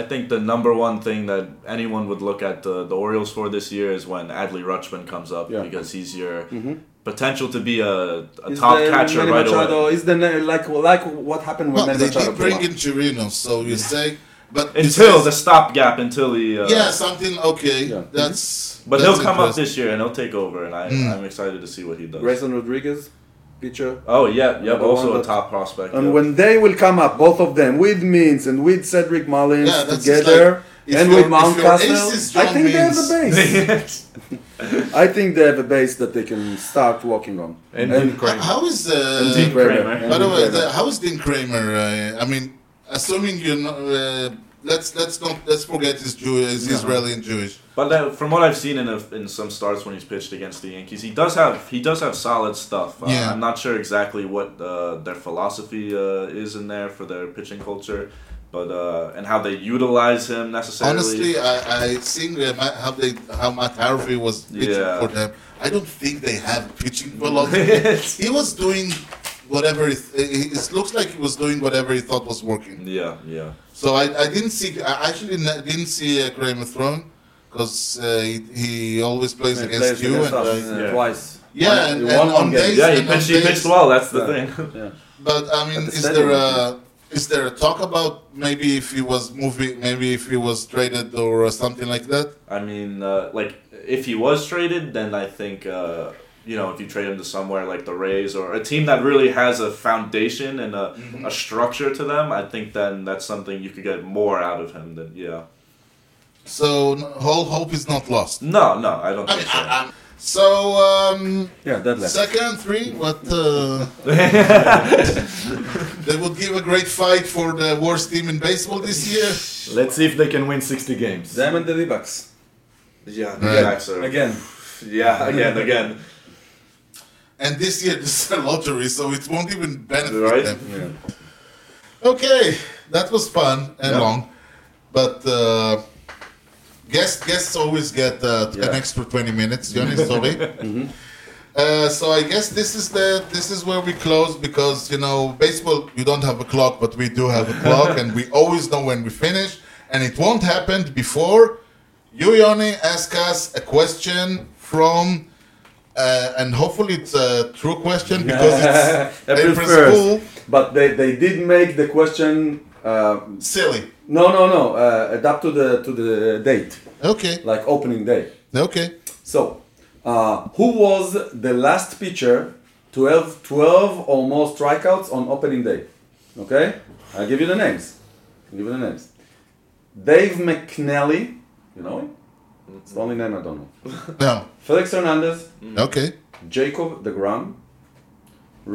Speaker 1: I think the number one thing that anyone would look at the, the Orioles for this year is when Adley Rutschman comes up
Speaker 4: Yeah. Mm-hmm.
Speaker 1: because he's your potential to be a, a
Speaker 4: Is
Speaker 1: top
Speaker 4: the
Speaker 1: catcher
Speaker 4: Manny
Speaker 1: right
Speaker 4: Machado-
Speaker 1: away.
Speaker 4: Is the na- like like what happened when
Speaker 3: Well,
Speaker 4: Manny
Speaker 3: they
Speaker 4: Machado
Speaker 3: did bring
Speaker 4: came
Speaker 3: in
Speaker 4: up?
Speaker 3: Chirino, so you say, but this
Speaker 1: Until
Speaker 3: is-
Speaker 1: the stopgap, until he. Uh,
Speaker 3: yeah something okay.
Speaker 4: Yeah.
Speaker 3: That's
Speaker 1: But he'll
Speaker 3: that's
Speaker 1: come up
Speaker 3: interesting.
Speaker 1: this year and he'll take over, and I, I'm excited to see what he does.
Speaker 4: Grayson Rodriguez, pitcher.
Speaker 1: Oh yeah, yep.
Speaker 4: Another one
Speaker 1: Also a
Speaker 4: that-
Speaker 1: top prospect.
Speaker 4: And
Speaker 1: yeah.
Speaker 4: when they will come up, both of them, with Means and with Cedric Mullins
Speaker 3: Yeah, that's
Speaker 4: together,
Speaker 3: just like, if
Speaker 4: and with
Speaker 3: your- if your ace is
Speaker 4: Mountcastle, I
Speaker 3: John
Speaker 4: think they have a
Speaker 3: Means. [LAUGHS]
Speaker 4: base.
Speaker 1: [LAUGHS]
Speaker 4: [LAUGHS] I think they have a base that they can start working on.
Speaker 5: And, Dean Kramer.
Speaker 3: How is uh,
Speaker 4: and Dean Kramer.
Speaker 1: Kramer.
Speaker 4: And
Speaker 3: By the
Speaker 4: Dean
Speaker 3: way,
Speaker 4: Kramer.
Speaker 3: the, how is Dean Kramer? Uh, I mean, assuming you know, uh, let's let's not let's forget his Jew, his Israeli and Jewish.
Speaker 1: But uh, from what I've seen in a, in some starts when he's pitched against the Yankees, he does have he does have solid stuff. Uh,
Speaker 3: Yeah.
Speaker 1: I'm not sure exactly what uh, their philosophy uh, is in there for their pitching culture, but uh, and how they utilize him necessarily.
Speaker 3: Honestly, I I seeing the ma- how they how Matt Harvey was pitching
Speaker 1: Yeah.
Speaker 3: for them. I don't think they have pitching
Speaker 4: [LAUGHS]
Speaker 3: philosophy. he was doing whatever he th- he- it looks like he was doing whatever he thought was working.
Speaker 1: yeah, yeah,
Speaker 3: So I, I didn't see I actually n- didn't see uh, Kramer thrown because uh, he, he always plays
Speaker 4: He
Speaker 3: against
Speaker 4: plays
Speaker 3: you
Speaker 4: against
Speaker 3: and
Speaker 4: us
Speaker 3: I-
Speaker 4: uh,
Speaker 1: Yeah.
Speaker 4: twice.
Speaker 3: Yeah, and,
Speaker 4: one
Speaker 3: and
Speaker 4: long
Speaker 3: on
Speaker 4: game.
Speaker 3: days,
Speaker 1: Yeah, he
Speaker 3: and on
Speaker 1: pitched, he
Speaker 3: days-
Speaker 1: pitched well. That's the thing. [LAUGHS]
Speaker 3: But I mean,
Speaker 4: the
Speaker 3: is
Speaker 4: stadium,
Speaker 3: there a is there a talk about maybe if he was moving, maybe if he was traded or uh, something like that?
Speaker 1: I mean, uh, like if he was traded, then I think uh, you know if you trade him to somewhere like the Rays or a team that really has a foundation and a,
Speaker 7: Mm-hmm.
Speaker 1: a structure to them, I think then that's something you could get more out of him than yeah.
Speaker 3: So n- all hope is not lost.
Speaker 1: No, no, I don't think so. [LAUGHS]
Speaker 3: So um,
Speaker 4: Yeah, dead left.
Speaker 3: second three, what uh, they would give a great fight for the worst team in baseball this year.
Speaker 5: Let's see if they can win 60 games.
Speaker 4: Them and the D-backs.
Speaker 1: Yeah, the
Speaker 3: Right.
Speaker 1: backs are-
Speaker 4: Again.
Speaker 1: Yeah, again, again.
Speaker 3: And this year [LAUGHS] this is a lottery, so it won't even benefit
Speaker 1: Right.
Speaker 3: them.
Speaker 4: Yeah.
Speaker 3: Okay, that was fun and long, but uh, guests guests always get uh, an
Speaker 4: Yeah.
Speaker 3: extra twenty minutes. Johnny, sorry. Uh, so I guess this is the this is where we close because you know baseball you don't have a clock but we do have a clock and we always know when we finish and it won't happen before you Yoni ask us a question from uh, and hopefully it's a true question because
Speaker 4: [LAUGHS]
Speaker 3: [LAUGHS] it's
Speaker 4: April
Speaker 3: April
Speaker 4: 1st.
Speaker 3: Fool
Speaker 4: But they, they did make the question. Uh,
Speaker 3: silly.
Speaker 4: no, no, no. Uh, adapt to the to the date,
Speaker 3: Okay,
Speaker 4: like opening day.
Speaker 3: okay.
Speaker 4: So, uh, who was the last pitcher to have 12 or more strikeouts on opening day? Okay? I'll give you the names. I'll give you the names. Dave McNally, you know him? It's the only name I don't know.
Speaker 3: No.
Speaker 4: Felix Hernandez,
Speaker 3: Okay.
Speaker 4: Jacob DeGrom,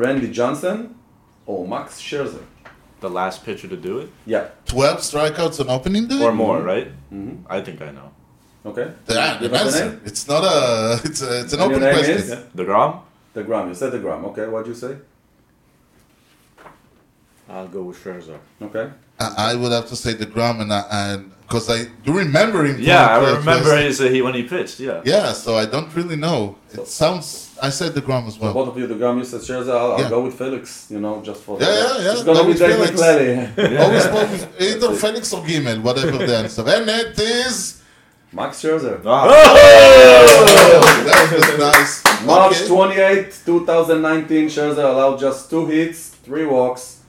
Speaker 4: Randy Johnson, or Max Scherzer.
Speaker 1: The last pitcher to do it,
Speaker 4: Yeah,
Speaker 3: 12 strikeouts on opening day?
Speaker 1: or more, right? I think I know.
Speaker 4: okay?
Speaker 3: Yeah, the
Speaker 4: What's the
Speaker 3: answer.
Speaker 4: name?
Speaker 3: It's not a. [LAUGHS] It's, a, it's an
Speaker 4: And your
Speaker 3: open
Speaker 4: name
Speaker 3: question.
Speaker 4: is?
Speaker 1: Degrom.
Speaker 4: DeGrom, you said DeGrom, okay? What'd you say?
Speaker 7: I'll go with Scherzer.
Speaker 4: Okay.
Speaker 3: I, I would have to say the Grom, and I. Because I, do remember him.
Speaker 1: Yeah,
Speaker 3: from
Speaker 1: I
Speaker 3: the
Speaker 1: remember
Speaker 3: first-
Speaker 1: his, uh, he when he pitched. Yeah.
Speaker 3: Yeah, so I don't really know. It sounds. I said the Grom as well.
Speaker 4: Both of you, DeGrom, you said Scherzer, I'll, I'll
Speaker 3: Yeah.
Speaker 4: go with Felix, you know, just for
Speaker 3: Yeah, yeah, yeah,
Speaker 4: It's gonna
Speaker 3: go
Speaker 4: be
Speaker 3: with
Speaker 4: Dave
Speaker 3: Felix.
Speaker 4: McNally.
Speaker 3: Always go with either Felix or Gimel, whatever the answer. And it is.
Speaker 4: [LAUGHS] Max Scherzer.
Speaker 1: Ah,
Speaker 3: That was nice.
Speaker 4: March
Speaker 3: Okay.
Speaker 4: 28, 2019, Scherzer allowed just two hits, three walks,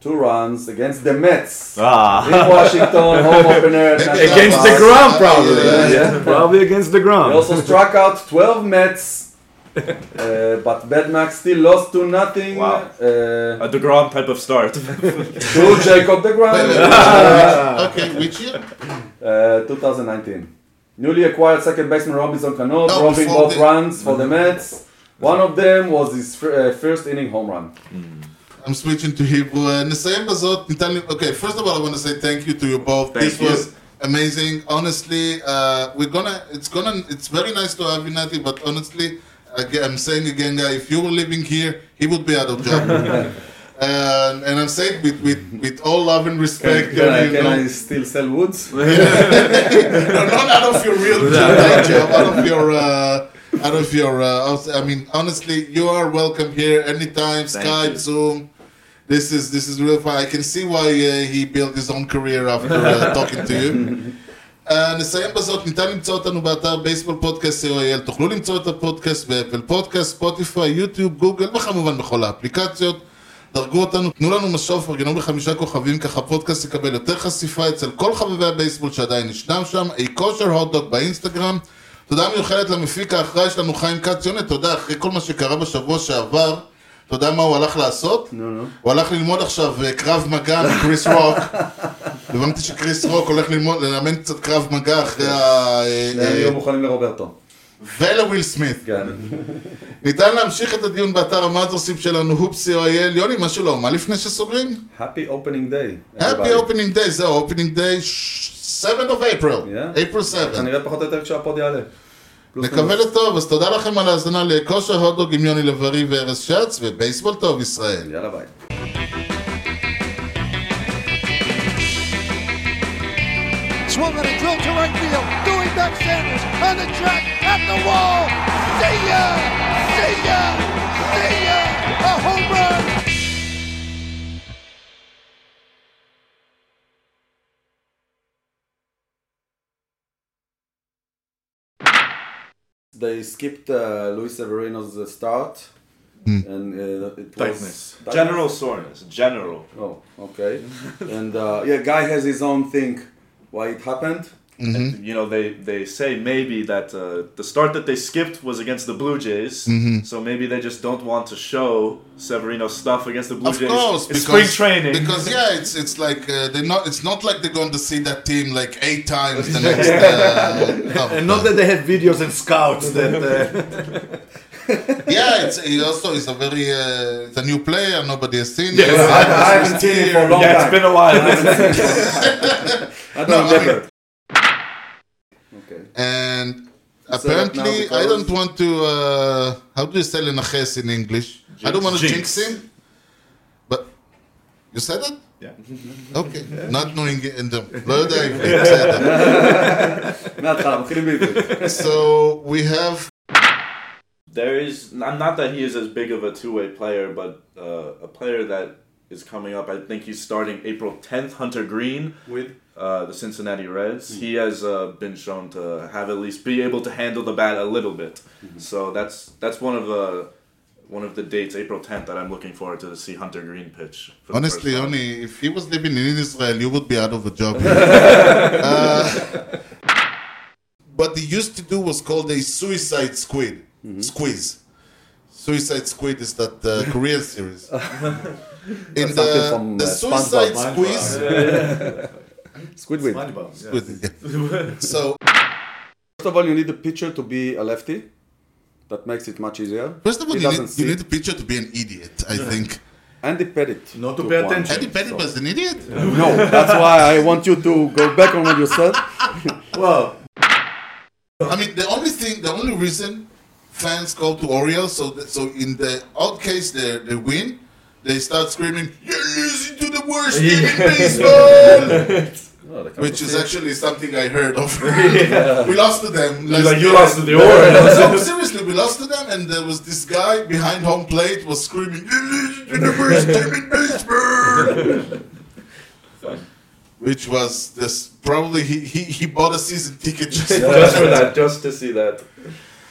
Speaker 4: two runs against the Mets.
Speaker 1: Ah.
Speaker 4: In Washington,
Speaker 3: [LAUGHS]
Speaker 4: home opener. National
Speaker 5: Against
Speaker 4: Park.
Speaker 5: the ground, probably.
Speaker 3: Yeah,
Speaker 4: yeah.
Speaker 5: Probably against the
Speaker 4: He
Speaker 5: ground.
Speaker 4: also struck out 12 Mets. uh, but Bad Max still lost to nothing
Speaker 1: Wow.
Speaker 4: uh,
Speaker 1: A Degrom type of start. [LAUGHS]
Speaker 4: to Jacob
Speaker 3: Wait, wait,
Speaker 4: DeGrom.
Speaker 3: wait, Okay, which year?
Speaker 4: Uh, 2019. Newly acquired second baseman Robinson
Speaker 3: No,
Speaker 4: Cano, dropping
Speaker 3: before
Speaker 4: both
Speaker 3: the-
Speaker 4: runs for the Mets. One of them was his fir- uh, first inning home run.
Speaker 3: I'm switching to Hebrew. Uh, נסיים בזאת, ניתן לי... Okay, first of all, I want to say thank you to you both.
Speaker 1: Thank
Speaker 3: this
Speaker 1: you.
Speaker 3: was amazing. Honestly, uh, we're gonna... It's gonna... It's very nice to have you, Nati, but honestly, again, I'm saying again, guy, if you were living here, he would be out of
Speaker 4: [LAUGHS]
Speaker 3: job. Uh, and I'm saying with, with, with all love and respect.
Speaker 4: Can, I,
Speaker 3: you
Speaker 4: can
Speaker 3: know,
Speaker 4: I still sell woods?
Speaker 3: no, not out of your
Speaker 1: [LAUGHS]
Speaker 3: real job, job, out of your, uh, out of your. Uh, outs- I mean, honestly, you are welcome here anytime.
Speaker 1: Thank
Speaker 3: Skype,
Speaker 1: you.
Speaker 3: Zoom. This is this is real fun. I can see why uh, he built his own career after uh,
Speaker 1: [LAUGHS]
Speaker 3: talking to you. Uh, נסיים בזאת, ניתן למצוא אותנו באתר בייסבול פודקאסט co.il, תוכלו למצוא את הפודקאסט באפל פודקאסט, ספוטיפיי, יוטיוב, גוגל וכמובן בכל האפליקציות. דרגו אותנו, תנו לנו משוב, ארגנו בחמישה כוכבים, ככה הפודקאסט יקבל יותר חשיפה אצל כל חובבי הבייסבול שעדיין ישנם שם, אי כושר הוטדוק באינסטגרם. תודה מיוחדת למפיק האחראי שלנו חיים כץ יונה, תודה, אחרי כל מה שקרה בשבוע שעבר, אתה יודע מה הוא הלך לעשות? נו נו. הוא הלך ללמוד עכשיו אה, קרב מגע מקריס [LAUGHS] רוק. הבנתי שקריס רוק הולך ללמוד, ללמד קצת קרב מגע אחרי ה... אה,
Speaker 4: הם
Speaker 3: אה,
Speaker 4: יהיו מוכנים לרוברטו.
Speaker 3: ולוויל סמית.
Speaker 4: כן.
Speaker 3: ניתן להמשיך את הדיון באתר המאזרסים שלנו, הופסי או אייל. יוני, משהו לאומה לפני שסוגרים?
Speaker 4: Happy opening day.
Speaker 3: Happy
Speaker 4: everybody.
Speaker 3: opening day, זהו, opening day 7 of April.
Speaker 4: Yeah.
Speaker 3: April 7.
Speaker 4: כנראה פחות או יותר כשהפוד יעלה. פלוס
Speaker 3: נקווה
Speaker 4: מינוס.
Speaker 3: לטוב, אז תודה לכם על ההאזנה לכושר הודוג עם יוני לב-ארי וארז שץ, ובייסבול טוב ישראל.
Speaker 4: יאללה ביי.
Speaker 2: Swung and a drill to right field. Doing back Sanders on the track at the wall. See ya! See ya! See ya! A home run!
Speaker 4: they skipped uh, Luis Severino's uh, start. And uh, it was
Speaker 5: Tightness.
Speaker 1: General soreness. General.
Speaker 4: Oh, okay. [LAUGHS] and uh, yeah, guy has his own thing. Why it
Speaker 5: [LAUGHS]
Speaker 4: happened?
Speaker 3: Mm-hmm.
Speaker 1: And, you know, they, they say maybe that uh, the start that they skipped was against the Blue Jays,
Speaker 3: Mm-hmm.
Speaker 1: so maybe they just don't want to show Severino's stuff against the Blue
Speaker 3: Of
Speaker 1: Jays.
Speaker 3: course,
Speaker 1: it's
Speaker 3: because
Speaker 1: spring training.
Speaker 3: Because yeah, it's it's like uh, they're not. It's not like they're going to see that team like eight times
Speaker 4: [LAUGHS]
Speaker 3: the next. Uh, no.
Speaker 5: And not that they have videos and scouts that. Uh,
Speaker 3: yeah, it's it also is a very uh, it's a new player. Nobody has seen
Speaker 4: I,
Speaker 3: it.
Speaker 4: I haven't seen it for a long
Speaker 1: yeah,
Speaker 4: time.
Speaker 1: it's been a while. [LAUGHS]
Speaker 4: I
Speaker 3: No,
Speaker 4: don't
Speaker 3: I mean-
Speaker 4: remember. Okay.
Speaker 3: And
Speaker 4: that now
Speaker 3: apparently, I
Speaker 4: because-
Speaker 3: don't want to. Uh, how do you say lenaches in English? I don't want to jinx.
Speaker 1: Jinx.
Speaker 3: him. But you said it.
Speaker 5: yeah.
Speaker 3: [LAUGHS] Okay, not knowing it in them. לא יודע עברית, [LAUGHS] בסדר.
Speaker 4: מההתחלה, מתחילים בעברית.
Speaker 5: [LAUGHS]
Speaker 3: So we have
Speaker 1: there is I'm not that he is as big of a two-way player, but uh, a player that is coming up. I think he's starting April 10th. Hunter Green
Speaker 4: With?
Speaker 1: uh, the Cincinnati Reds. He has uh, been shown to have at least be able to handle the bat a little bit. So that's that's one of the one of the dates, April 10th, that I'm looking forward to, to see Hunter Green pitch. For the
Speaker 3: honestly,
Speaker 1: first time.
Speaker 3: Yoni, if he was living in Israel, you would be out of a
Speaker 4: [LAUGHS]
Speaker 3: job. Uh, what they used to do was called a suicide squid
Speaker 4: Mm-hmm.
Speaker 3: squeeze. Suicide Squid is that uh,
Speaker 4: [LAUGHS]
Speaker 3: Korean series. In the,
Speaker 4: something from,
Speaker 3: the
Speaker 4: uh,
Speaker 3: Suicide
Speaker 5: SpongeBob.
Speaker 3: Squeeze,
Speaker 4: Squidward.
Speaker 5: SpongeBob, yeah.
Speaker 3: with- so
Speaker 4: First of all, you need a pitcher to be a lefty. That makes it much easier.
Speaker 3: first of all,
Speaker 4: He
Speaker 3: you
Speaker 4: doesn't
Speaker 3: need, you
Speaker 4: see.
Speaker 3: need a pitcher to be an idiot. I think
Speaker 4: Andy Pettit.
Speaker 5: Not to
Speaker 4: took
Speaker 5: pay
Speaker 4: one.
Speaker 5: attention.
Speaker 3: Eddie Pettit was an idiot.
Speaker 4: No, that's why I want you to go back on what you said.
Speaker 5: Well,
Speaker 3: I mean, the only thing, the only reason fans go to Orioles, so that, so in the odd case they they win, they start screaming, "You're losing to the worst team in baseball,"
Speaker 1: [LAUGHS]
Speaker 3: which is actually something I heard of. we lost to them. last
Speaker 1: like you
Speaker 3: [LAUGHS] year.
Speaker 1: lost to the [LAUGHS] Orioles.
Speaker 3: No, seriously, we lost to them, and there was this guy behind home plate was screaming, "You're losing to the worst team in baseball."
Speaker 1: [LAUGHS]
Speaker 3: Which was this? Probably he, he, he bought a season ticket just for
Speaker 1: just for that, just to see that.